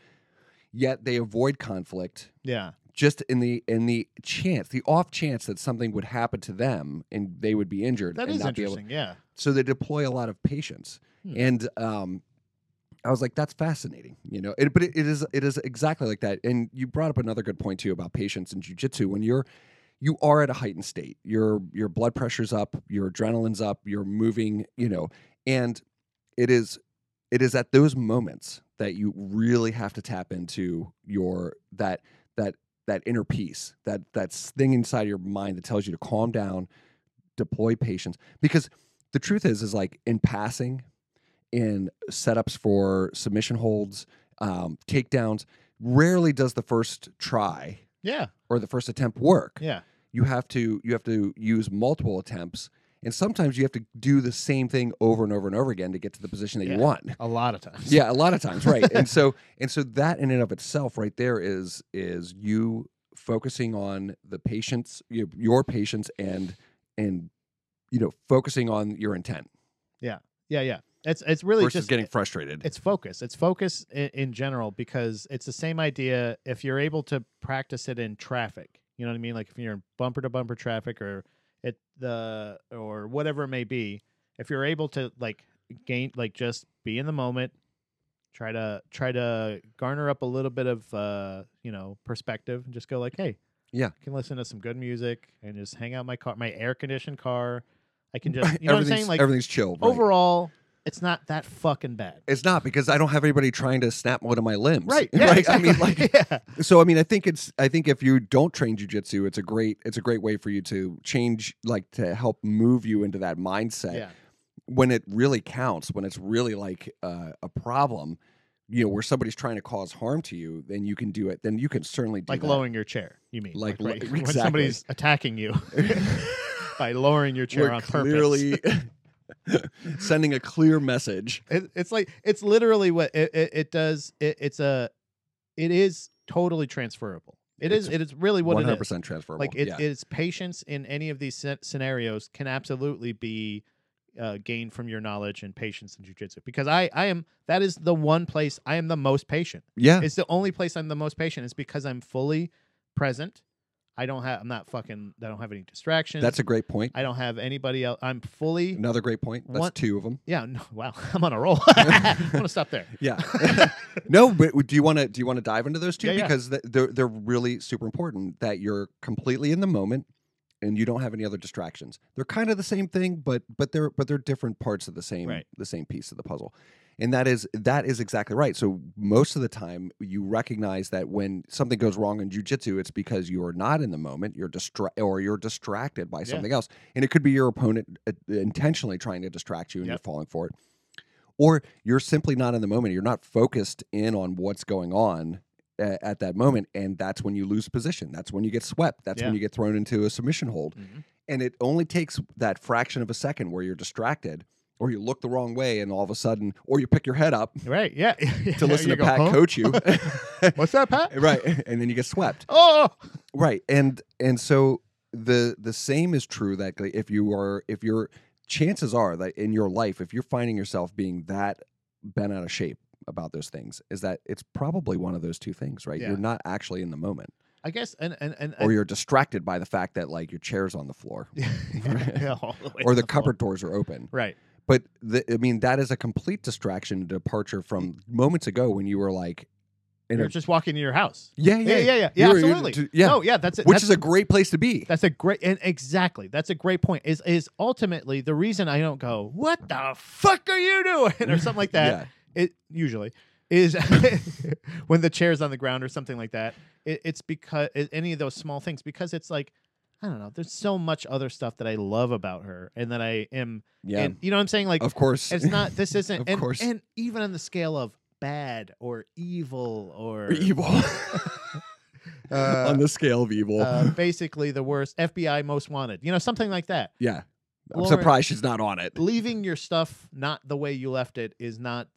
B: yet they avoid conflict
A: yeah
B: just in the in the chance, the off chance that something would happen to them and they would be injured
A: that
B: and
A: is
B: not be able
A: interesting yeah
B: so they deploy a lot of patience
A: Hmm.
B: and um i was like that's fascinating you know it, but it, it is it is exactly like that and you brought up another good point too about patience in jujitsu when you're you are at a heightened state your your blood pressure's up your adrenaline's up you're moving you know and it is it is at those moments that you really have to tap into your that that that inner peace that that thing inside your mind that tells you to calm down deploy patience because the truth is is like in passing in setups for submission holds um, takedowns rarely does the first try
A: yeah
B: or the first attempt work
A: yeah
B: you have to you have to use multiple attempts and sometimes you have to do the same thing over and over and over again to get to the position that
A: Yeah.
B: you want
A: a lot of times
B: yeah, a lot of times, right. and so and so that in and of itself right there is is you focusing on the patients, your, your patients and and you know, focusing on your intent
A: yeah yeah it's it's really
B: versus
A: just e-,
B: getting frustrated.
A: it's focus it's focus in, in general because it's the same idea if you're able to practice it in traffic you know what i mean like if you're in bumper to bumper traffic or at the or whatever it may be if you're able to like gain like just be in the moment try to try to garner up a little bit of uh you know perspective and just go like hey
B: Yeah.
A: i can listen to some good music and just hang out in my car my air conditioned car i can just you know what i'm
B: everything's
A: saying like
B: everything's chilled. right.
A: overall it's not that fucking bad
B: It's not because I don't have anybody trying to snap one of my limbs.
A: Right. Yeah,
B: right?
A: Exactly.
B: I mean like
A: yeah.
B: so I mean I think it's I think if you don't train jujitsu, it's a great it's a great way for you to change like to help move you into that mindset.
A: yeah.
B: when it really counts, when it's really like uh, a problem, you know, where somebody's trying to cause harm to you, then you can do it. Then you can certainly do
A: Like
B: that.
A: lowering your chair, you mean?
B: Like lo-
A: when
B: exactly.
A: somebody's attacking you by lowering your chair
B: We're
A: on purpose.
B: clearly sending a clear message.
A: It, it's like it's literally what it, it, it does. It, it's a, it is totally transferable. It is.
B: It's
A: It is really what
B: One hundred
A: it is.
B: percent transferable.
A: Like it,
B: yeah.
A: it's patience in any of these scen- scenarios can absolutely be uh, gained from your knowledge and patience in jujitsu. Because I, I am that is the one place I am the most patient.
B: yeah,
A: it's the only place I'm the most patient. It's because I'm fully present. I don't have. I'm not fucking. I don't have any distractions.
B: that's a great point.
A: I don't have anybody else. I'm fully.
B: Another great point. That's
A: One-
B: two of them.
A: Yeah. No, wow. I'm on a roll. I'm gonna stop there. Mm-hmm.
B: Yeah. no, but do you want to do you want to dive into those two
A: Yeah, yeah.
B: because th- they're they're really super important that you're completely in the moment and you don't have any other distractions. They're kind of the same thing, but but they're but they're different parts of the same
A: Right.
B: the same piece of the puzzle. And that is that is exactly right. So most of the time you recognize that when something goes wrong in jujitsu, it's because you are not in the moment, you're distra- or you're distracted by
A: Yeah.
B: something else. And it could be your opponent uh, intentionally trying to distract you and
A: Yep.
B: you're falling for it. Or you're simply not in the moment. You're not focused in on what's going on a- at that moment and that's when you lose position that's when you get swept that's
A: Yeah.
B: when you get thrown into a submission hold and it only takes that fraction of a second where you're distracted or you look the wrong way and all of a sudden or you pick your head up
A: Right. Yeah.
B: to listen
A: You
B: to
A: go,
B: pat
A: "Huh?
B: coach you
A: What's that, Pat?
B: right and then you get swept
A: Oh,
B: right and and so the the same is true that if you are if your chances are that in your life if you're finding yourself being that bent out of shape about those things is that it's probably one of those two things right
A: Yeah.
B: you're not actually in the moment
A: I guess. And and and
B: or you're distracted by the fact that like your chair's on the floor
A: yeah, yeah, all way to
B: or the
A: floor.
B: cupboard doors are open
A: Right.
B: but the, i mean that is a complete distraction and departure from moments ago when you were like in
A: You're
B: a,
A: just walking to your house.
B: yeah
A: Yeah.
B: yeah
A: Yeah. Yeah. Yeah.
B: You were- you were
A: absolutely.
B: d- yeah
A: No. Yeah. That's it.
B: which
A: that's,
B: is a great place to be
A: That's a great and exactly. That's a great point. Is is ultimately the reason I don't go, what the fuck are you doing? or something like that. It usually is when the chair's on the ground or something like that. It, it's because it, any of those small things because it's like I don't know. There's so much other stuff that I love about her and that I am.
B: yeah yeah
A: And you know what I'm saying? Like
B: of course
A: it's not. This isn't.
B: Of
A: and,
B: course.
A: And even on the scale of bad or evil or
B: evil
A: Uh,
B: on the scale of evil
A: uh, basically the worst FBI most wanted. You know something like that.
B: yeah i'm
A: Lauren-
B: surprised she's not on it
A: leaving your stuff not the way you left it is not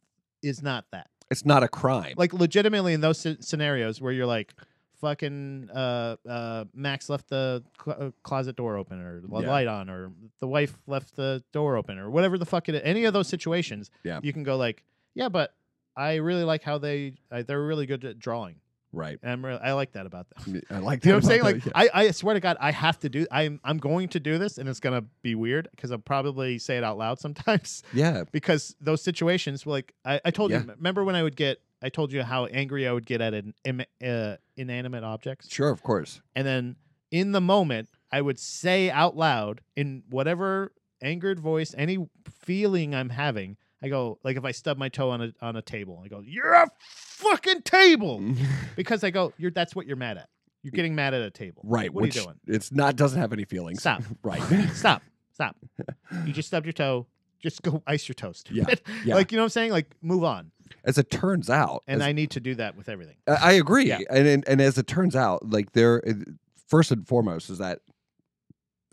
A: is not that
B: it's not a crime
A: like legitimately in those sce- scenarios where you're like fucking uh uh max left the cl- uh, closet door open or the
B: Yeah.
A: light on or the wife left the door open or whatever the fuck it is any of those situations
B: Yeah.
A: you can go like yeah but i really like how they uh, they're really good at drawing
B: right
A: and i'm really i like that about them
B: i like that
A: you know what I'm
B: about
A: saying?
B: that,
A: Like,
B: yeah.
A: I, I swear to God, I have to do. I'm, I'm going to do this, and it's gonna be weird because I'll probably say it out loud sometimes
B: yeah
A: because those situations, like I, I told
B: Yeah.
A: you, remember when I would get, I told you how angry I would get at an im- uh, inanimate objects,
B: sure of course
A: and then in the moment, I would say out loud in whatever angered voice, any feeling I'm having. I go like if I stub my toe on a on a table, I go, "You're a fucking
B: Mm.
A: table," because I go, "You're that's what you're mad at. You're getting mad at a table,
B: right
A: What
B: which
A: are you doing?
B: it's not doesn't have any feelings
A: Stop,
B: right
A: stop, stop. You just stubbed your toe. Just go ice your toast.
B: Yeah, yeah.
A: Like you know what I'm saying? Like move on."
B: as it turns out
A: and
B: as
A: I need to do that with everything.
B: I I agree,
A: Yeah.
B: and, and and as it turns out, like there, it- first and foremost is that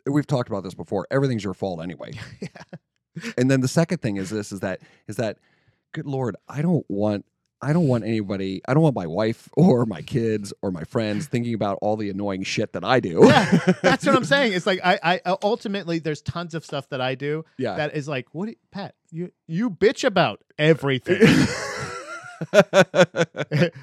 B: we've talked about this before. Everything's your fault anyway. And then the second thing is this: is that is that good lord, I don't want. I don't want anybody, I don't want my wife or my kids or my friends thinking about all the annoying shit that I do.
A: Yeah, That's what I'm saying. It's like I, I ultimately there's tons of stuff that I do
B: Yeah.
A: that is like, what, do- Pat? You you bitch about everything. like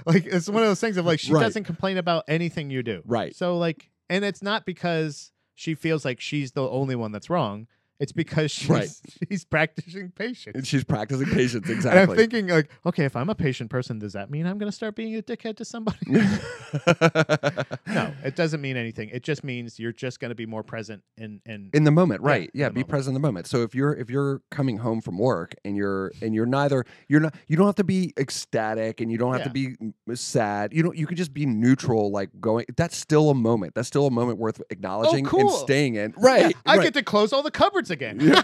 A: it's one of those things of like she
B: Right.
A: doesn't complain about anything you do.
B: right.
A: So like, and it's not because she feels like she's the only one that's wrong. It's because she's
B: Right.
A: she's practicing patience.
B: And she's practicing patience.
A: And I'm
B: Exactly.
A: thinking like, okay, if I'm a patient person, does that mean I'm going to start being a dickhead to somebody? no, it doesn't mean anything. It just means you're just going to be more present and and
B: in the moment
A: Yeah,
B: right
A: in
B: yeah,
A: the
B: be
A: moment.
B: present in the moment so if you're if you're coming home from work and you're and you're neither you're not you don't have to be ecstatic and you don't have to be m- sad you don't you can just be neutral like going that's still a moment that's still a moment worth acknowledging and
A: Oh, cool.
B: staying in
A: Yeah,
B: right
A: I
B: right.
A: get to close all the cupboards again.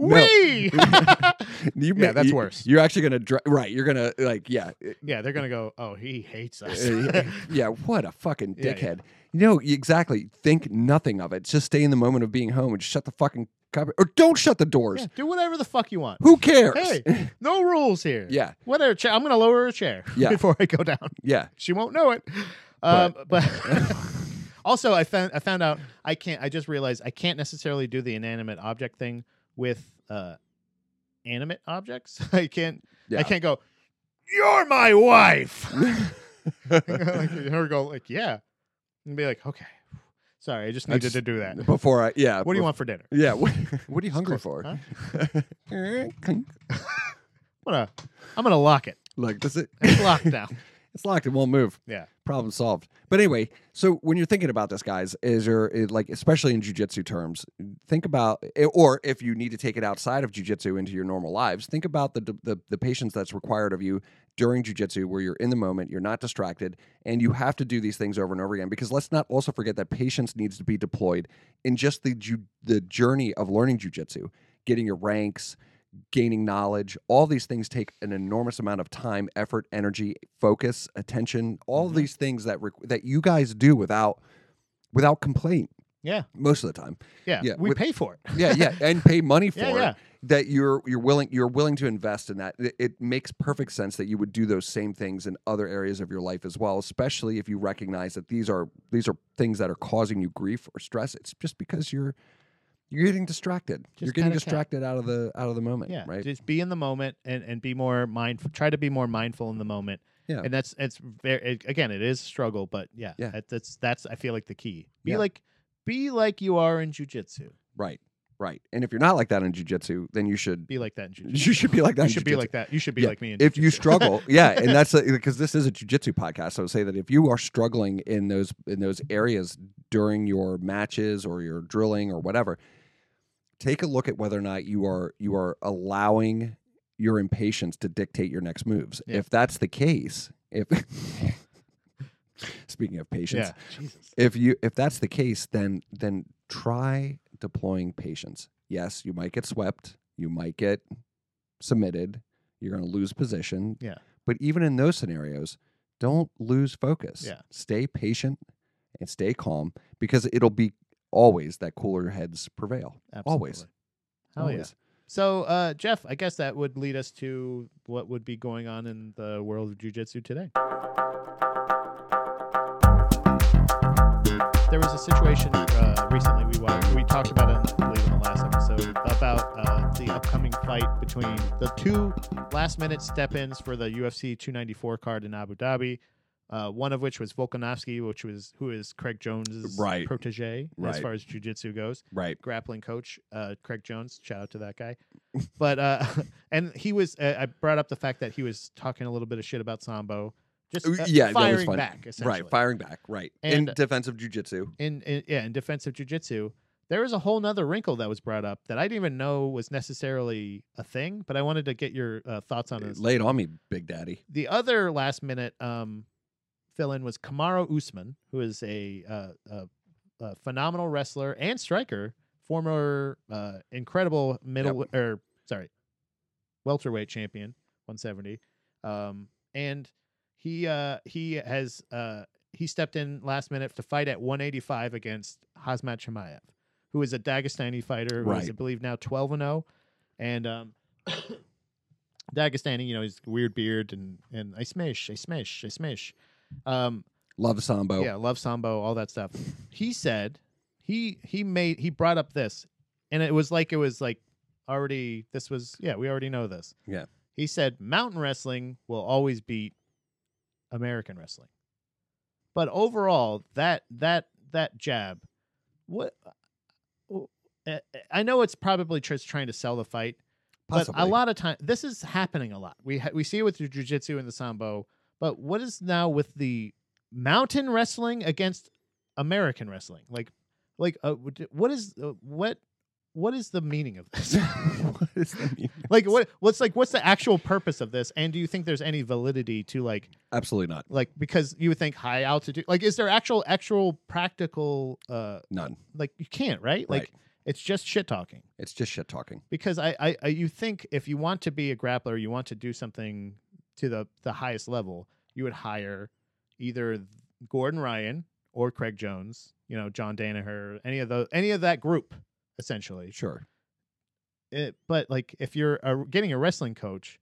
B: No,
A: Wee!
B: you
A: Yeah,
B: ma-
A: that's
B: you-
A: worse.
B: You're actually gonna dr- right. You're gonna like yeah,
A: yeah, they're gonna go. Oh, he hates us.
B: Uh, yeah, what a fucking
A: Yeah, yeah.
B: dickhead. You know, y- exactly. Think nothing of it. Just stay in the moment of being home and shut the fucking cupboard or don't shut the doors.
A: Yeah, do whatever the fuck you want.
B: Who cares?
A: Hey, no rules here.
B: Yeah,
A: whatever. Chair, I'm gonna lower her chair
B: Yeah.
A: before I go down.
B: yeah.
A: She won't know it. Um, but also, I found I found out I can't. I just realized I can't necessarily do the inanimate object thing with uh, animate objects. I can't.
B: Yeah.
A: I can't go. You're my wife. like, her go like, yeah, and be like, okay, sorry, I just
B: I
A: needed
B: just-
A: to do that.
B: Before I yeah.
A: What do you
B: bef-
A: want for dinner?
B: Yeah. What, what are you hungry for?
A: Huh? I'm gonna, I'm gonna lock it.
B: Look, this is
A: It's lockdown.
B: It's locked. It won't move.
A: Yeah.
B: Problem solved. But anyway, so when you're thinking about this, guys, is your it- like especially in jujitsu terms, think about eh, or if you need to take it outside of jujitsu into your normal lives, think about the, the the patience that's required of you during jujitsu, where you're in the moment, you're not distracted, and you have to do these things over and over again. Because let's not also forget that patience needs to be deployed in just the ju- the journey of learning jujitsu, getting your ranks, gaining knowledge. All these things take an enormous amount of time, effort, energy, focus, attention. All
A: Mhm.
B: these things that requ that you guys do without without complaint
A: Yeah.
B: most of the time.
A: Yeah.
B: Yeah,
A: we
B: with-
A: pay for it.
B: Yeah, yeah, and pay money for
A: Yeah,
B: it.
A: yeah.
B: That you're you're willing you're willing to invest in that. It, it makes perfect sense that you would do those same things in other areas of your life as well, especially if you recognize that these are these are things that are causing you grief or stress. It's just because you're you're getting distracted. you're
A: Just
B: getting
A: kinda ca-
B: distracted out of the out of the moment.
A: Yeah.
B: Right.
A: Just be in the moment and, and be more mindful. Try to be more mindful in the moment.
B: Yeah.
A: And that's it's very it- again it is a struggle, but yeah,
B: Yeah.
A: that- that's that's I feel like the key. Be
B: Yeah.
A: like be like you are in jujitsu.
B: Right. Right. And if you're not like that in jujitsu, then you should
A: Be like that in jujitsu.
B: you should be like that.
A: You
B: in
A: should be
B: jujitsu.
A: like that. You should be
B: Yeah.
A: like me. In
B: if you
A: jujitsu.
B: struggle yeah and that's a- because this is a jujitsu podcast so I would say that if you are struggling in those in those areas during your matches or your drilling or whatever take a look at whether or not you are you are allowing your impatience to dictate your next moves
A: Yeah.
B: if that's the case if speaking of patience
A: yeah. Jesus.
B: if you if that's the case then then try deploying patience yes you might get swept you might get submitted you're going to lose position
A: Yeah.
B: but even in those scenarios don't lose focus
A: Yeah.
B: stay patient and stay calm because it'll be always that cooler heads prevail Always.
A: Absolutely. Hell yeah.
B: always
A: So, uh, Jeff, I guess that would lead us to what would be going on in the world of jujitsu today. There was a situation uh, recently we watched, we talked about it, I believe, in the last episode about uh, the upcoming fight between the two last-minute step-ins for the UFC 294 card in Abu Dhabi. Uh, one of which was Volkanovski, which was who is Craig Jones's
B: Right.
A: protege as
B: Right.
A: far as jujitsu goes
B: right
A: grappling coach, uh, Craig Jones. Shout out to that guy. But uh, and he was. Uh, I brought up the fact that he was talking a little bit of shit about Sambo, just
B: Uh,
A: uh,
B: yeah, that was
A: firing
B: fun.
A: back essentially.
B: right firing back right in
A: And-
B: defensive jujitsu
A: in, in yeah, in defensive jujitsu, there was a whole nother wrinkle that was brought up that I didn't even know was necessarily a thing. But I wanted to get your uh, thoughts on this.
B: laid on me big daddy
A: The other last minute um, fill in was Kamaro Usman, who is a, uh, a, a phenomenal wrestler and striker, former uh, incredible middle or sorry, welterweight champion, 170. Um, and he uh, he has uh, he stepped in last minute to fight at 185 against Hazmat Chimaev, who is a Dagestani fighter who is, I
B: Right.
A: believe, now 12 and 0. And um, Dagestani, you know, his weird beard and and I smash, I smash, I smash. Um,
B: love sambo
A: yeah, love Sambo, all that stuff. He said he he made he brought up this, and it was like it was like already this was yeah we already know this.
B: Yeah.
A: he said mountain wrestling will always beat American wrestling, but overall that that that jab, what. I- I know it's probably just trying to sell the fight, but
B: Possibly.
A: a lot of time this is happening a lot. We ha- we see it with the jujitsu and the sambo, but what is now with the mountain wrestling against American wrestling? Like, like uh, what- what is uh, what what is the meaning of this?
B: what is the meaning?
A: like, what what's like what's the actual purpose of this? And do you think there's any validity to like
B: absolutely not
A: like because you would think high altitude like is there actual actual practical uh
B: none
A: like you can't right like
B: Right.
A: it's just shit talking
B: it's just shit talking
A: because I, I, I you think if you want to be a grappler, you want to do something to the the highest level, you would hire either Gordon Ryan or Craig Jones, you know, John Danaher, any of the any of that group essentially.
B: sure
A: It, but like if you're a, getting a wrestling coach,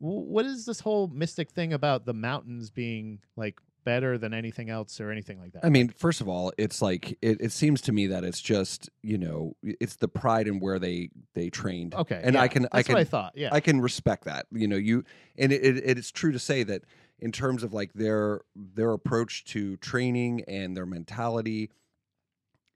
A: w- what is this whole mystic thing about the mountains being like better than anything else or anything like that?
B: I mean, first of all, it's like it, it seems to me that it's just you know it's the pride in where they they trained.
A: okay,
B: and I
A: yeah,
B: can- I
A: that's what
B: can-
A: I thought. Oh, Yeah,
B: I can respect that. You know, you and it, it it's true to say that in terms of like their their approach to training and their mentality, eh,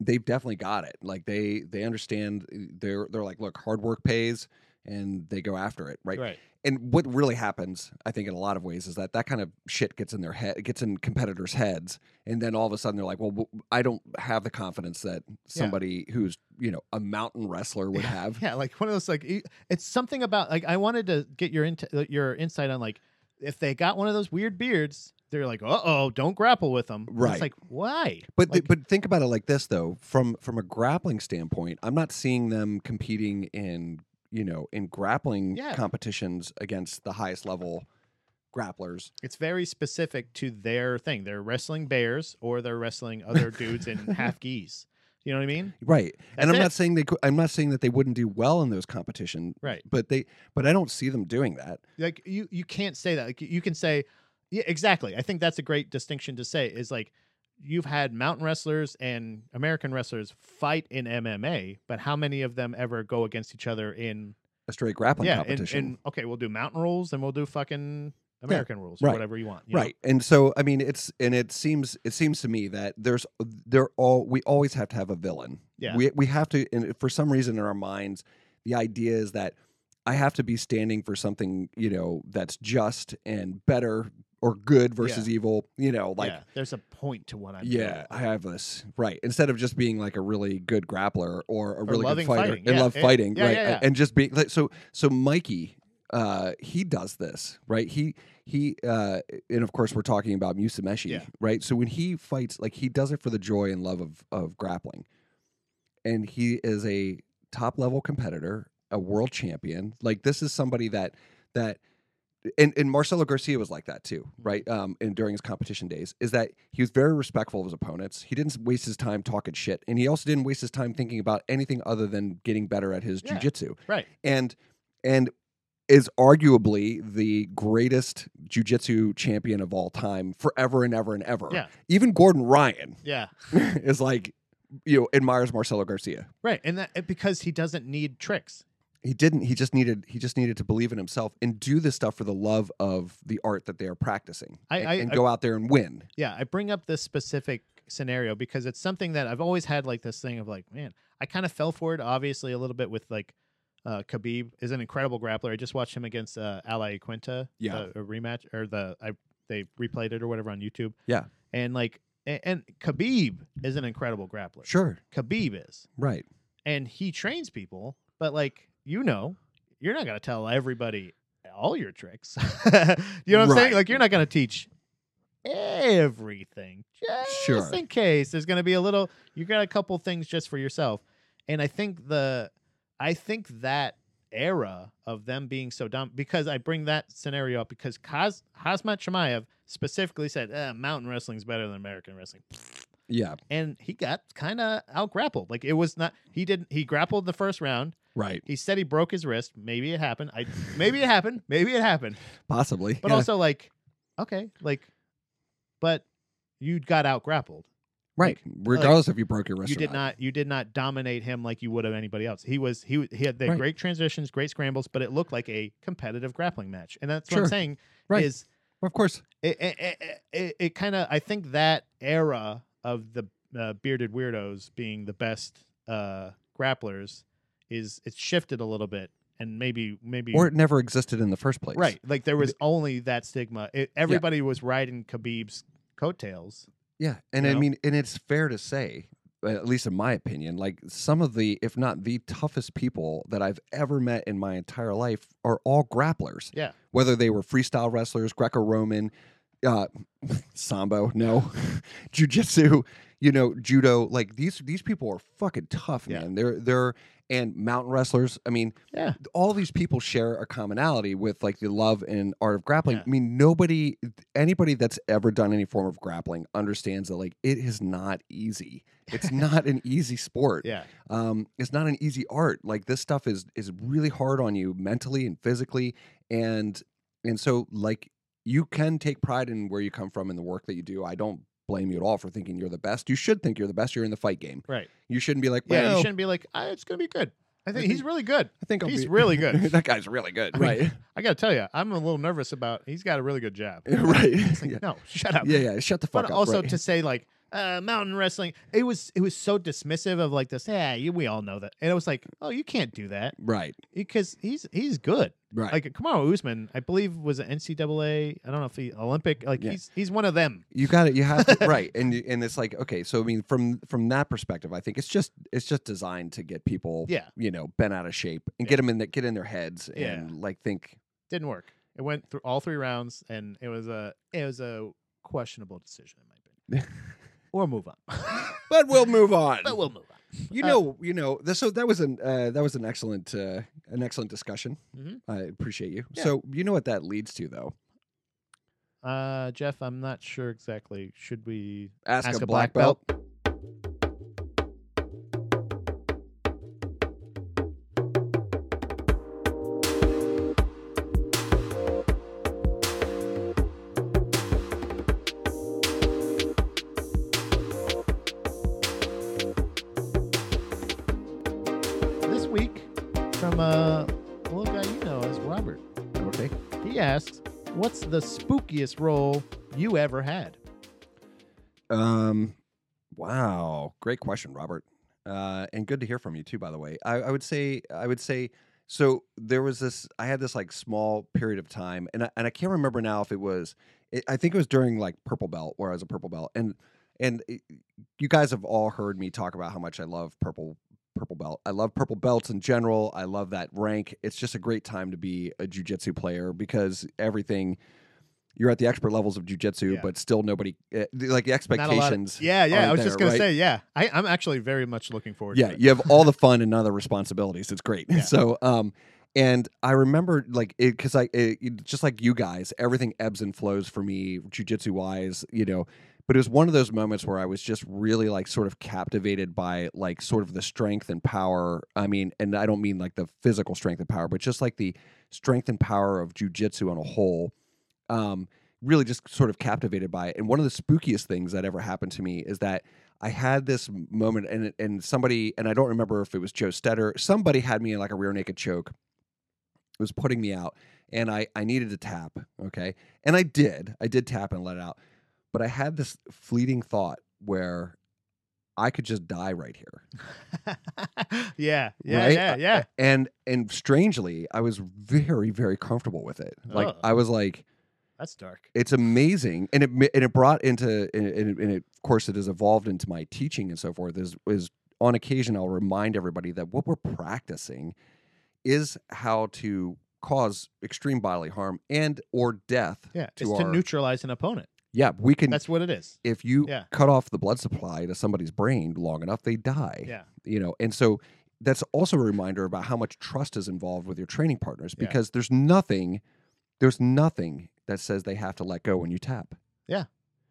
B: they've definitely got it. Like they they understand they're they're like, look, hard work pays and they go after it, right?
A: Right.
B: And what really happens, I think, in a lot of ways, is that that kind of shit gets in their head, gets in competitors' heads, and then all of a sudden they're like, "Well, w- I don't have the confidence that somebody who's you know a mountain wrestler would have."
A: Yeah, like one of those like e- it's something about like I wanted to get your int- uh, your insight on like if they got one of those weird beards, they're like, uh oh, don't grapple with them. And
B: Right.
A: It's like why?
B: But th-
A: Like,
B: but think about it like this though, from from a grappling standpoint, I'm not seeing them competing in you know in grappling
A: Yeah.
B: competitions against the highest level grapplers.
A: it's very specific to their thing. They're wrestling bears or they're wrestling other dudes in half geese. You know what I mean?
B: Right. and I'm
A: That's
B: not
A: it.
B: saying they cou- I'm not saying that they wouldn't do well in those competition,
A: Right.
B: but they but I don't see them doing that.
A: like you you can't say that like you can say yeah exactly i think that's a great distinction to say is like you've had mountain wrestlers and american wrestlers fight in mma but how many of them ever go against each other in
B: A straight grappling
A: yeah in,
B: competition.
A: in okay we'll do mountain rules and we'll do fucking american rules or
B: right.
A: whatever you want you know?
B: right. And so I mean it's and it seems it seems to me that there's there all we always have to have a villain.
A: Yeah.
B: We we have to and for some reason in our minds the idea is that I have to be standing for something, you know, that's just and better or good versus evil, you know, like
A: yeah there's a point to what i'm doing.
B: Yeah, I have this right. Instead of just being like a really good grappler or a really good
A: loving
B: fighter
A: fighting,
B: and
A: yeah,
B: love
A: it-
B: fighting,
A: yeah,
B: right?
A: yeah, yeah.
B: And just being like so. So Mikey, uh, he does this, right? He he, uh, and of course we're talking about Musumeci,
A: Yeah.
B: right? So when he fights, like he does it for the joy and love of of grappling, and he is a top level competitor, a world champion. Like this is somebody that that and, and Marcelo Garcia was like that too,
A: Mm-hmm.
B: right? Um, and during his competition days, is that he was very respectful of his opponents. He didn't waste his time talking shit, and he also didn't waste his time thinking about anything other than getting better at his
A: Yeah.
B: jujitsu.
A: right
B: And and is arguably the greatest jujitsu champion of all time, forever and ever and ever.
A: Yeah.
B: Even Gordon Ryan
A: yeah
B: is like, you know, admires Marcelo Garcia.
A: right and that because he doesn't need tricks
B: he didn't he just needed he just needed to believe in himself and do this stuff for the love of the art that they are practicing
A: I-
B: and,
A: I-
B: and
A: I-
B: go out there and win
A: Yeah, I bring up this specific scenario because it's something that I've always had like this thing of like, man, I kind of fell for it obviously a little bit with like uh Khabib is an incredible grappler. I just watched him against uh Ally Quinta,
B: Yeah.
A: uh, a rematch or the I they replayed it or whatever on YouTube.
B: Yeah.
A: And like and, and Khabib is an incredible grappler.
B: sure
A: Khabib is.
B: right
A: And he trains people, but like you know, you're not going to tell everybody all your tricks. you know what I'm
B: Right.
A: saying? Like you're not going to teach everything just
B: Sure.
A: in case there's going to be a little you got a couple things just for yourself and i think the i think that era of them being so dumb because i bring that scenario up because Kaz, hazmat shemaev specifically said eh, mountain wrestling's better than american wrestling
B: yeah
A: and he got kind of out grappled like it was not he didn't he grappled the first round
B: right
A: he said he broke his wrist maybe it happened i maybe it happened maybe it happened
B: possibly
A: but
B: Yeah.
A: also like, okay, like, but you got out grappled.
B: right regardless if you broke your wrist
A: You
B: or
A: did not. You did not dominate him like you would have anybody else. He was. He w- he had the
B: Right.
A: great transitions, great scrambles, but it looked like a competitive grappling match, and that's what
B: Sure.
A: I'm saying.
B: Right.
A: Is
B: of course
A: it it, it, it, it kind of I think that era of the uh, bearded weirdos being the best uh, grapplers is it's shifted a little bit, and maybe maybe
B: or it never existed in the first place
A: Right. Like there was only that stigma. It, everybody was riding Khabib's coattails.
B: yeah and
A: You
B: i
A: know?
B: mean and it's fair to say at least in my opinion like some of the if not the toughest people that i've ever met in my entire life are all grapplers
A: Yeah.
B: whether they were freestyle wrestlers, Greco-Roman, uh, Sambo, no, Jiu-Jitsu, you know, Judo. Like these these people are fucking tough,
A: Yeah.
B: man. They're they're and mountain wrestlers. I mean,
A: Yeah.
B: all these people share a commonality with like the love and art of grappling.
A: Yeah.
B: I mean, nobody, anybody that's ever done any form of grappling understands that like it is not easy. It's not an easy sport
A: Yeah.
B: um, it's not an easy art. Like this stuff is is really hard on you mentally and physically, and and so like you can take pride in where you come from and the work that you do. I don't blame you at all for thinking you're the best. You should think you're the best. You're in the fight game.
A: Right.
B: You shouldn't be like,
A: Yeah.
B: well,
A: You shouldn't be like, "Ah, it's gonna be good. I think he's
B: think-
A: really good.
B: I think I'll
A: He's
B: be-
A: really good.
B: that guy's really good.
A: I mean,
B: Right.
A: I gotta tell you, I'm a little nervous about. He's got a really good jab.
B: right.
A: It's like,
B: yeah.
A: no, shut up.
B: yeah. Yeah. Shut the fuck
A: But
B: up.
A: also
B: right.
A: to say like uh, mountain wrestling. It was it was so dismissive of like this. Yeah, you, we all know that. And it was like, oh, you can't do that
B: Right.
A: because he's he's good.
B: Right.
A: Like Kamaru Usman, I believe was an NCAA. I don't know if he Olympic. Like
B: Yeah.
A: he's he's one of them.
B: you got it. You have to, right, and you- and it's like okay. So I mean, from from that perspective, I think it's just it's just designed to get people,
A: Yeah.
B: you know, bent out of shape and
A: Yeah.
B: get them in the, get in their heads
A: Yeah.
B: and like think
A: Didn't work. It went through all three rounds, and it was a it was a questionable decision in my opinion. or move on.
B: But we'll move on.
A: but we'll move on.
B: you
A: uh,
B: know, you know. th- So that was an uh, that was an excellent uh, an excellent discussion.
A: Mhm.
B: I appreciate you.
A: Yeah.
B: So you know what that leads to though.
A: Uh, Jeff, I'm not sure exactly. Should we
B: Ask, a, black, belt.
A: this week from uh, a little guy you know as Robert?
B: Okay.
A: He asks, "What's the spookiest role you ever had?"
B: Um, wow, great question, Robert. Uh, and good to hear from you too. By the way, I, I would say I would say so. There was this. I had this like small period of time, and I, and I can't remember now if it was. It, I think it was during like purple belt, where I was a purple belt, and and it, you guys have all heard me talk about how much I love purple purple belt. I love purple belts in general. I love that rank. It's just a great time to be a jujitsu player because everything. You're at the expert levels of jujitsu,
A: Yeah.
B: but still nobody eh, like the
A: Not a lot of-
B: expectations.
A: yeah, yeah. I
B: aren't
A: was just
B: there,
A: gonna
B: right?
A: say, yeah. I, I'm actually very much looking forward.
B: yeah
A: to it.
B: you have all the fun and none of the responsibilities it's great
A: Yeah.
B: so um and i remember like it because i it, it- just like you guys everything ebbs and flows for me jujitsu wise you know but it was one of those moments where i was just really like sort of captivated by like sort of the strength and power i mean and i don't mean like the physical strength and power but just like the strength and power of jujitsu on a whole um really just sort of captivated by it and one of the spookiest things that ever happened to me is that I had this m- moment, and it- and somebody, and I don't remember if it was Joe Stetter, somebody had me in like a rear naked choke, was putting me out, and I I needed to tap, okay, and I did, I did tap and let it out, but I had this fleeting thought where I could just die right here,
A: yeah, yeah,
B: Right?
A: yeah, yeah.
B: and and strangely, I was very very comfortable with it, like
A: Oh.
B: I was like,
A: That's dark.
B: it's amazing and it ma- and it brought into and, and, and it, of course it has evolved into my teaching and so forth is is on occasion i'll remind everybody that what we're practicing is how to cause extreme bodily harm and or death
A: Yeah,
B: to
A: it's to
B: our-
A: neutralize an opponent.
B: yeah we can
A: That's what it is.
B: if you
A: yeah.
B: cut off the blood supply to somebody's brain long enough they die
A: Yeah,
B: you know and so that's also a reminder about how much trust is involved with your training partners
A: Yeah.
B: because there's nothing there's nothing that says they have to let go when you tap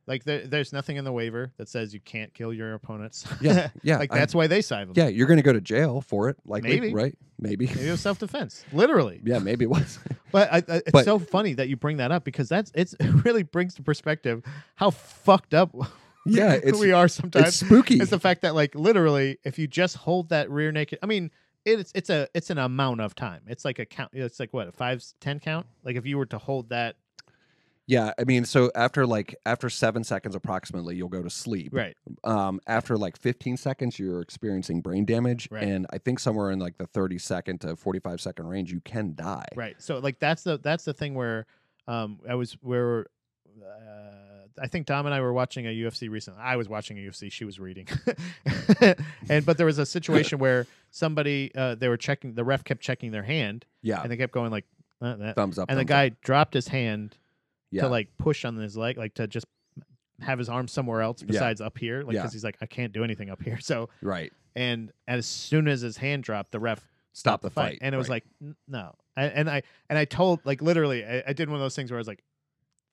A: like there, there's nothing in the waiver that says you can't kill your opponents.
B: Yeah, yeah,
A: like
B: I-
A: that's why they side them.
B: yeah. You're going to go to jail for it, likely,
A: Maybe.
B: right? Maybe.
A: Maybe it was self defense, literally.
B: yeah, maybe it was.
A: But I, I, it's
B: But-
A: so funny that you bring that up because that's it's, it really brings to perspective how fucked up
B: yeah, it's
A: we are
B: it's
A: sometimes.
B: spooky.
A: It's the fact that like literally, if you just hold that rear naked, I mean, it's it's a it's an amount of time. It's like a count. It's like what a five ten count. Like if you were to hold that
B: yeah, I mean, so after like after seven seconds approximately, you'll go to sleep.
A: right,
B: Um, after like 15 seconds, you're experiencing brain damage,
A: Right.
B: and I think somewhere in like the 30 second to 45 second range, you can die.
A: right. So like that's the that's the thing where um I was where. Uh, I think Dom and I were watching a UFC recently. I was watching a UFC. She was reading, and but there was a situation where somebody uh, they were checking. The ref kept checking their hand,
B: Yeah.
A: and they kept going like uh, that,
B: thumbs up.
A: and the
B: thumbs up.
A: guy dropped his hand
B: yeah.
A: to like push on his leg, like to just have his arm somewhere else
B: Yeah.
A: besides up here, like
B: Yeah.
A: because he's like, I can't do anything up here. So,
B: right.
A: and as soon as his hand dropped, the ref
B: Stop the
A: fight,
B: fight.
A: and it was
B: right.
A: like, "N- no. I, and I and I told like literally, I, I did one of those things where I was like,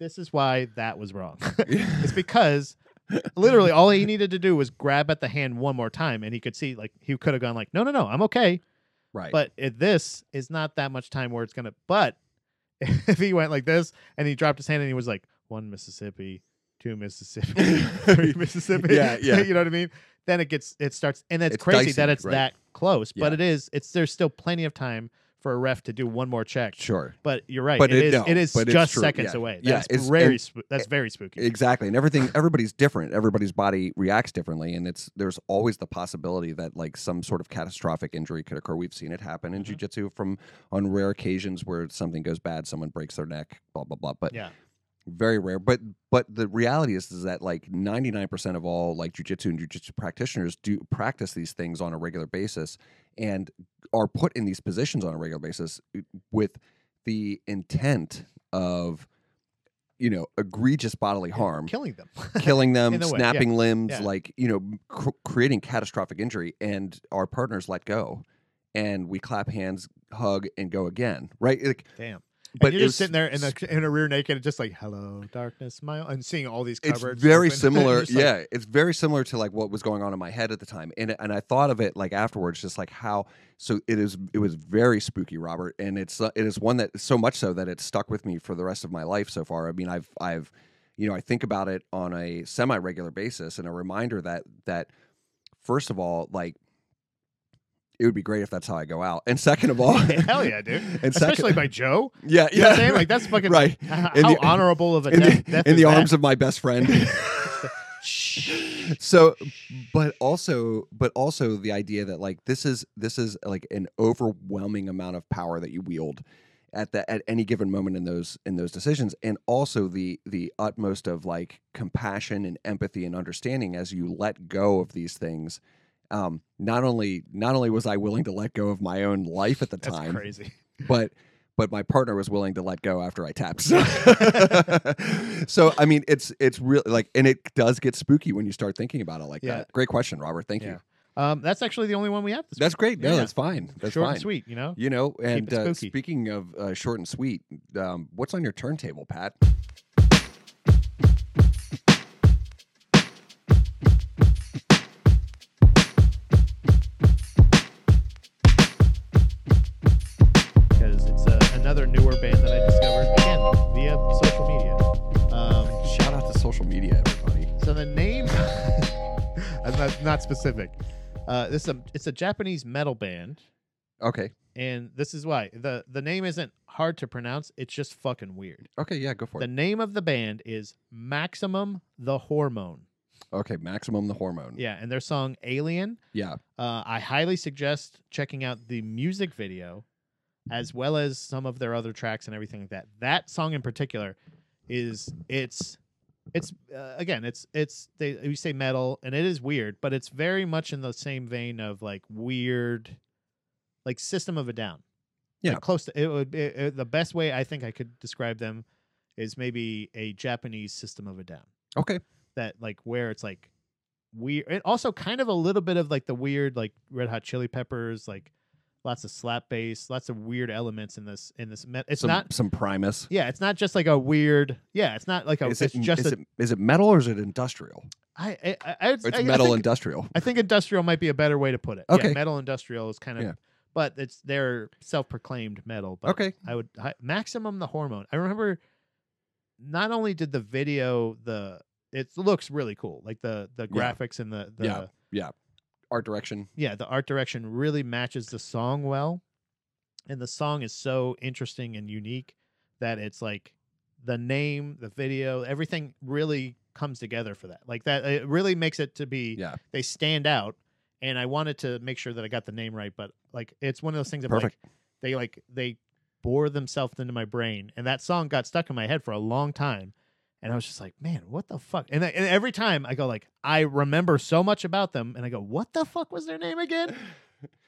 A: this is why that was wrong. it's because literally all he needed to do was grab at the hand one more time, and he could see like he could have gone like, no, no, no, I'm okay.
B: right.
A: But it, this is not that much time where it's gonna. But if he went like this and he dropped his hand and he was like one Mississippi, two Mississippi, three Mississippi,
B: Yeah, yeah.
A: you know what I mean? Then it gets it starts, and it's,
B: It's
A: crazy
B: dicey,
A: that it's
B: right.
A: that close. But
B: Yeah.
A: it is. It's there's still plenty of time for a ref to do one more check.
B: Sure.
A: But you're right.
B: But
A: it
B: it-
A: is
B: no,
A: it is
B: but it's
A: just
B: true,
A: seconds
B: yeah.
A: away.
B: Yeah,
A: That's
B: it's-
A: very
B: and- e
A: sp- that's very spooky.
B: Exactly. And everything everybody's different. Everybody's body reacts differently and it's there's always the possibility that like some sort of catastrophic injury could occur. We've seen it happen in
A: Mhm.
B: jiu-jitsu from on rare occasions where something goes bad, someone breaks their neck, blah blah blah. But
A: yeah.
B: very rare but but the reality is is that like 99% of all like jujitsu and jujitsu practitioners do practice these things on a regular basis and are put in these positions on a regular basis with the intent of you know egregious bodily harm
A: Killing them.
B: killing them
A: In a way, yeah.
B: snapping limbs
A: Yeah.
B: like you know m- cr- creating catastrophic injury and our partners let go and we clap hands hug and go again right like,
A: Damn.
B: but
A: But you're
B: it
A: just
B: was-
A: sitting there in a in a rear naked, and just like hello, darkness, smile, and seeing all these
B: it's
A: cupboards.
B: very
A: open.
B: similar
A: Just like,
B: yeah it's very similar to like what was going on in my head at the time and and i thought of it like afterwards just like how so it is it was very spooky robert and it's uh, it is one that so much so that it's stuck with me for the rest of my life so far i mean i've i've you know i think about it on a semi regular basis and a reminder that that first of all like it would be great if that's how i go out and second of all
A: Hell yeah, dude.
B: and second,
A: Especially by Joe.
B: yeah
A: You know what
B: yeah
A: I'm saying? Like that's fucking
B: right
A: How
B: In the-
A: honorable of a
B: in
A: death,
B: the,
A: death
B: in
A: is
B: the
A: that?
B: arms of my best friend so but also but also the idea that like this is this is like an overwhelming amount of power that you wield at the at any given moment in those in those decisions and also the the utmost of like compassion and empathy and understanding as you let go of these things um not only not only was i willing to let go of my own life at the
A: That's
B: time
A: crazy.
B: but but my partner was willing to let go after I tapped. So, so, I mean, it's it's really like, and it does get spooky when you start thinking about it like
A: Yeah.
B: that. Great question, Robert. Thank
A: Yeah.
B: you.
A: Um, that's actually the only one we have this
B: That's great. No,
A: Yeah.
B: that's fine.
A: week.
B: That's
A: Short
B: fine.
A: and sweet, you know?
B: You know, and
A: it
B: uh,
A: spooky.
B: speaking of uh, short and sweet, um, what's on your turntable, Pat?
A: Because it's uh, another newer band that I discovered, again, via social media. Um,
B: Shout out to social media, everybody.
A: so the name, I'm not, not specific. Uh, this is a, it's a Japanese metal band,
B: Okay.
A: and this is why. The, the name isn't hard to pronounce, it's just fucking weird.
B: Okay. Yeah. Go for
A: The
B: it.
A: name of the band is Maximum the Hormone.
B: Okay. Maximum the hormone.
A: Yeah, and their song Alien
B: Yeah.
A: Uh, I highly suggest checking out the music video as well as some of their other tracks and everything like that. That song in particular is it's it's uh, again it's it's they you say metal and it is weird, but it's very much in the same vein of like weird like System of a Down.
B: Yeah.
A: Like, close to it would be it, the best way I think I could describe them is maybe a Japanese System of a Down
B: Okay.
A: that like where it's like weird and also kind of a little bit of like the weird like red hot chili peppers like lots of slap bass lots of weird elements in this in this me- it's
B: some,
A: not
B: some Primus.
A: yeah it's not just like a weird yeah it's not like a
B: is
A: it's
B: it,
A: just
B: is,
A: a
B: it, is it metal or is it industrial?
A: I I I I,
B: It's
A: I,
B: metal
A: I think,
B: industrial.
A: I think industrial might be a better way to put it Yeah,
B: Okay.
A: metal industrial is kind of
B: Yeah.
A: but it's their self-proclaimed metal but
B: okay.
A: I would hi- maximum the hormone. I remember not only did the video the it looks really cool, like the the
B: Yeah.
A: graphics and the the
B: Yeah. Art direction.
A: yeah, the art direction really matches the song well, and the song is so interesting and unique that it's like the name, the video, everything really comes together for that. Like that, it really makes it to be
B: Yeah.
A: they stand out. And I wanted to make sure that I got the name right, but like it's one of those things that like
B: Perfect.
A: they like they bore themselves into my brain, and that song got stuck in my head for a long time. And I was just like, man, what the fuck? And, I, and every time I go like, I remember so much about them, and I go, what the fuck was their name again?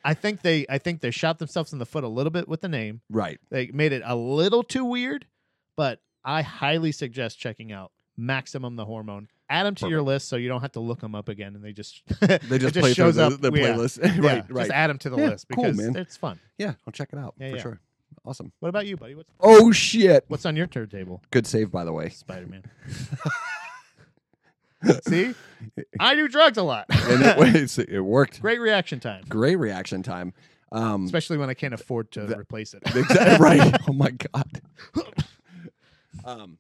A: I think they, I think they shot themselves in the foot a little bit with the name.
B: Right.
A: They made it a little too weird, but I highly suggest checking out Maximum the Hormone. Add them to your list so you don't have to look them up again, and they just
B: They
A: it
B: just, play through
A: shows
B: the,
A: up
B: the
A: yeah,
B: playlist.
A: yeah,
B: right, right.
A: Just add them to the
B: Yeah,
A: list
B: cool,
A: because
B: man.
A: it's fun.
B: yeah, I'll check it out
A: Yeah,
B: for
A: yeah.
B: sure. Awesome.
A: What about you, buddy? What's
B: Oh shit!
A: what's on your turntable,
B: Good save, by the way.
A: Spider Man? See, I do drugs a lot.
B: And it, it's- it worked.
A: Great reaction time,
B: Great reaction time. Um,
A: especially when I can't afford to
B: That-
A: replace it.
B: exa- right. Oh my god. um,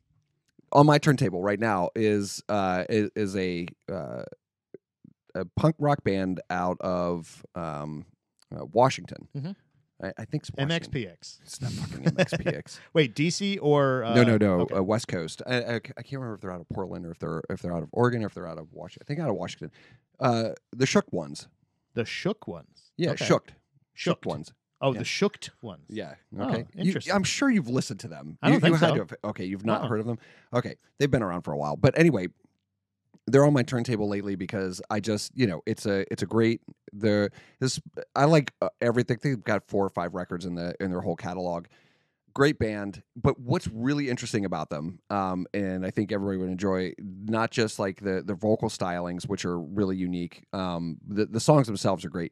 B: on my turntable right now is uh is, is a uh, a punk rock band out of um uh, Washington.
A: Mhm.
B: I, I think it's Washington.
A: MXPX.
B: It's not fucking MXPX.
A: Wait, DC or uh,
B: no, no, no.
A: okay.
B: Uh, West Coast. I, I, I can't remember if they're out of Portland or if they're if they're out of Oregon or if they're out of Washington. I think out of Washington. Uh, the shook ones.
A: the shook ones.
B: Yeah,
A: Okay.
B: shooked. Shook
A: Shooked.
B: ones.
A: Oh,
B: Yeah.
A: the shooked ones.
B: Yeah.
A: Oh,
B: Okay. You-
A: interesting.
B: I'm sure you've listened to them.
A: I don't
B: you,
A: think
B: you had
A: so.
B: to have- okay, you've not
A: Uh-uh.
B: heard of them. Okay, they've been around for a while. But anyway, they're on my turntable lately because I just you know it's a it's a great the this I like uh, everything. They've got four or five records in the in their whole catalog. Great band, but what's really interesting about them, um, and I think everybody would enjoy, not just like the the vocal stylings, which are really unique. Um, the the songs themselves are great,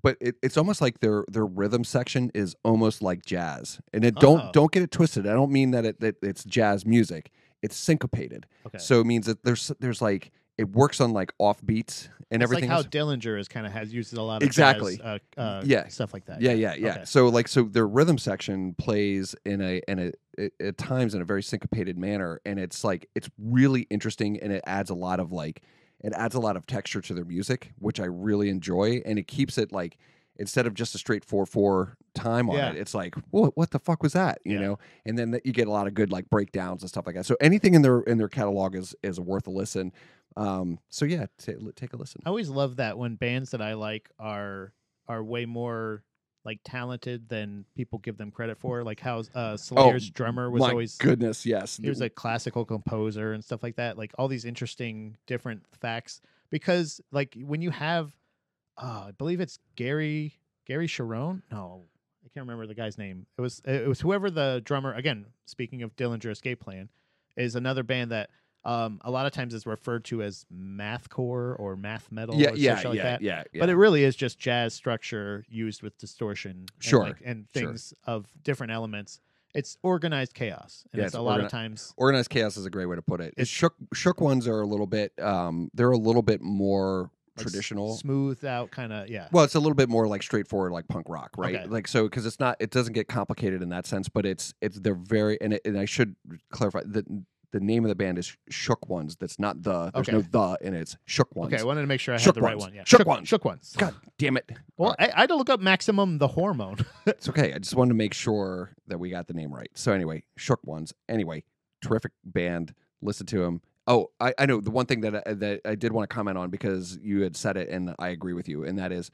B: but it, it's almost like their their rhythm section is almost like jazz. And it
A: Oh.
B: don't don't get it twisted. I don't mean that it that it's jazz music. It's syncopated,
A: Okay.
B: so it means that there's there's like it works on like off beats and
A: It's
B: everything.
A: like how
B: else.
A: Dillinger is kind of has uses a lot of
B: Exactly.
A: jazz, uh, uh,
B: Yeah.
A: stuff like that.
B: yeah, yeah, yeah.
A: Okay.
B: So like so their rhythm section plays in a in a it- at times in a very syncopated manner, and it's like it's really interesting, and it adds a lot of like it adds a lot of texture to their music, which I really enjoy, and it keeps it like instead of just a straight four four time on
A: Yeah.
B: it, it's like what what the fuck was that, you
A: Yeah.
B: know? And then that you get a lot of good like breakdowns and stuff like that. So anything in their in their catalog is is worth a listen. Um, so yeah, ta take a listen.
A: I always love that when bands that I like are are way more like talented than people give them credit for. Like how uh, Slayer's drummer was
B: Oh, My
A: always
B: goodness, yes,
A: he was a classical composer and stuff like that. Like all these interesting different facts because like when you have, uh, I believe it's Gary Gary Sharon. No, I can't remember the guy's name. It was it was whoever the drummer. Again, speaking of Dillinger Escape Plan, is another band that. Um, a lot of times is referred to as mathcore or math metal
B: yeah,
A: or
B: yeah,
A: something like
B: yeah,
A: that
B: yeah, yeah.
A: but it really is just jazz structure used with distortion
B: Sure,
A: and, like, and
B: sure.
A: things of different elements it's organized chaos and
B: Yeah,
A: it's,
B: it's
A: a lot
B: organi-
A: of times
B: organized chaos is a great way to put it.
A: It's-
B: shook shook ones are a little bit um they're a little bit more
A: like, s-
B: traditional.
A: smoothed out kind of yeah
B: well, it's a little bit more like straightforward, like punk rock, right?
A: Okay.
B: Like so, because it's not, it doesn't get complicated in that sense. But it's, it's they're very, and, it, and I should clarify that the name of the band is Shook Ones. That's not the. There's
A: Okay.
B: no the, and it's Shook Ones.
A: okay i wanted to make sure i had
B: Shook
A: the right
B: ones.
A: one yeah
B: Shook ones.
A: shook ones
B: God damn it!
A: well I, I had to look up maximum the hormone
B: It's okay. I just wanted to make sure that we got the name right. So anyway, Shook Ones. Anyway, terrific band. Listen to them. Oh, I, I know the one thing that I, that I did want to comment on because you had said it and I agree with you, and that is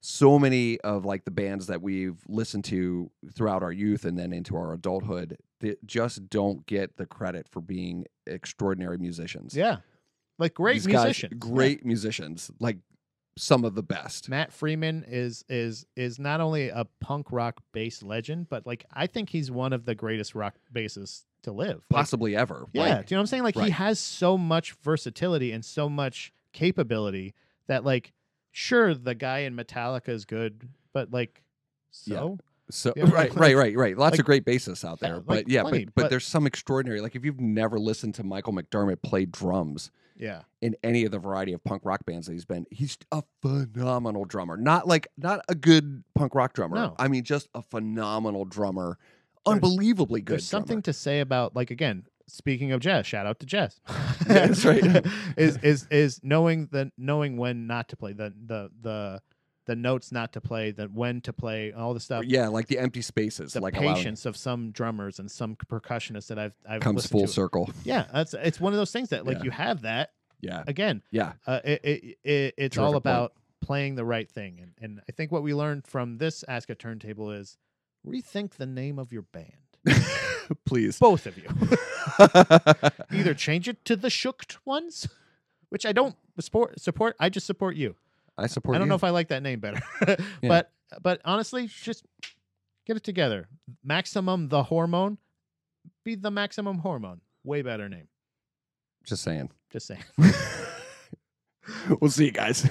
B: so many of like the bands that we've listened to throughout our youth and then into our adulthood that just don't get the credit for being extraordinary musicians.
A: yeah like great
B: These guys,
A: musicians yeah.
B: great musicians, like some of the best.
A: Matt Freeman is is is not only a punk rock bass legend, but like I think he's one of the greatest rock bassists to live. Like,
B: Possibly ever.
A: Yeah,
B: Like,
A: do you know what I'm saying? Like he
B: Right.
A: has so much versatility and so much capability that like sure the guy in Metallica is good, but like
B: Yeah.
A: so
B: So
A: Yeah,
B: right,
A: like-
B: right, right, right. Lots
A: like-
B: of great bassists out
A: Yeah,
B: there,
A: like
B: but yeah,
A: plenty,
B: but, but
A: but-
B: there's some extraordinary. Like if you've never listened to Michael McDermott play drums
A: yeah.
B: in any of the variety of punk rock bands that he's been, he's a phenomenal drummer. Not like not a good punk rock drummer.
A: No.
B: I mean just a phenomenal drummer,
A: There's-
B: unbelievably good.
A: There's something to say about like again, speaking of jazz, shout out to jazz.
B: Yeah, that's right.
A: is is is knowing the knowing when not to play, the the the the notes not to play, the when to play, all the stuff.
B: drummer. yeah, like the empty spaces,
A: The
B: like allowing-
A: patience of some drummers and some percussionists that I've I've
B: comes
A: listened
B: full
A: to.
B: circle.
A: Yeah, that's it's one of those things that like
B: Yeah.
A: you have that
B: Yeah,
A: again.
B: yeah,
A: uh, it, it, it it's
B: Terrific
A: all
B: point.
A: about playing the right thing and, and i think what we learned from this ask a turntable is rethink the name of your band
B: please.
A: both of you either change it to the shooked ones which i don't support support i just support you
B: I support.
A: i don't
B: you.
A: know if i like that name better but but honestly just get it together maximum the hormone be the maximum hormone way better name
B: Just saying.
A: just saying
B: we'll see you guys.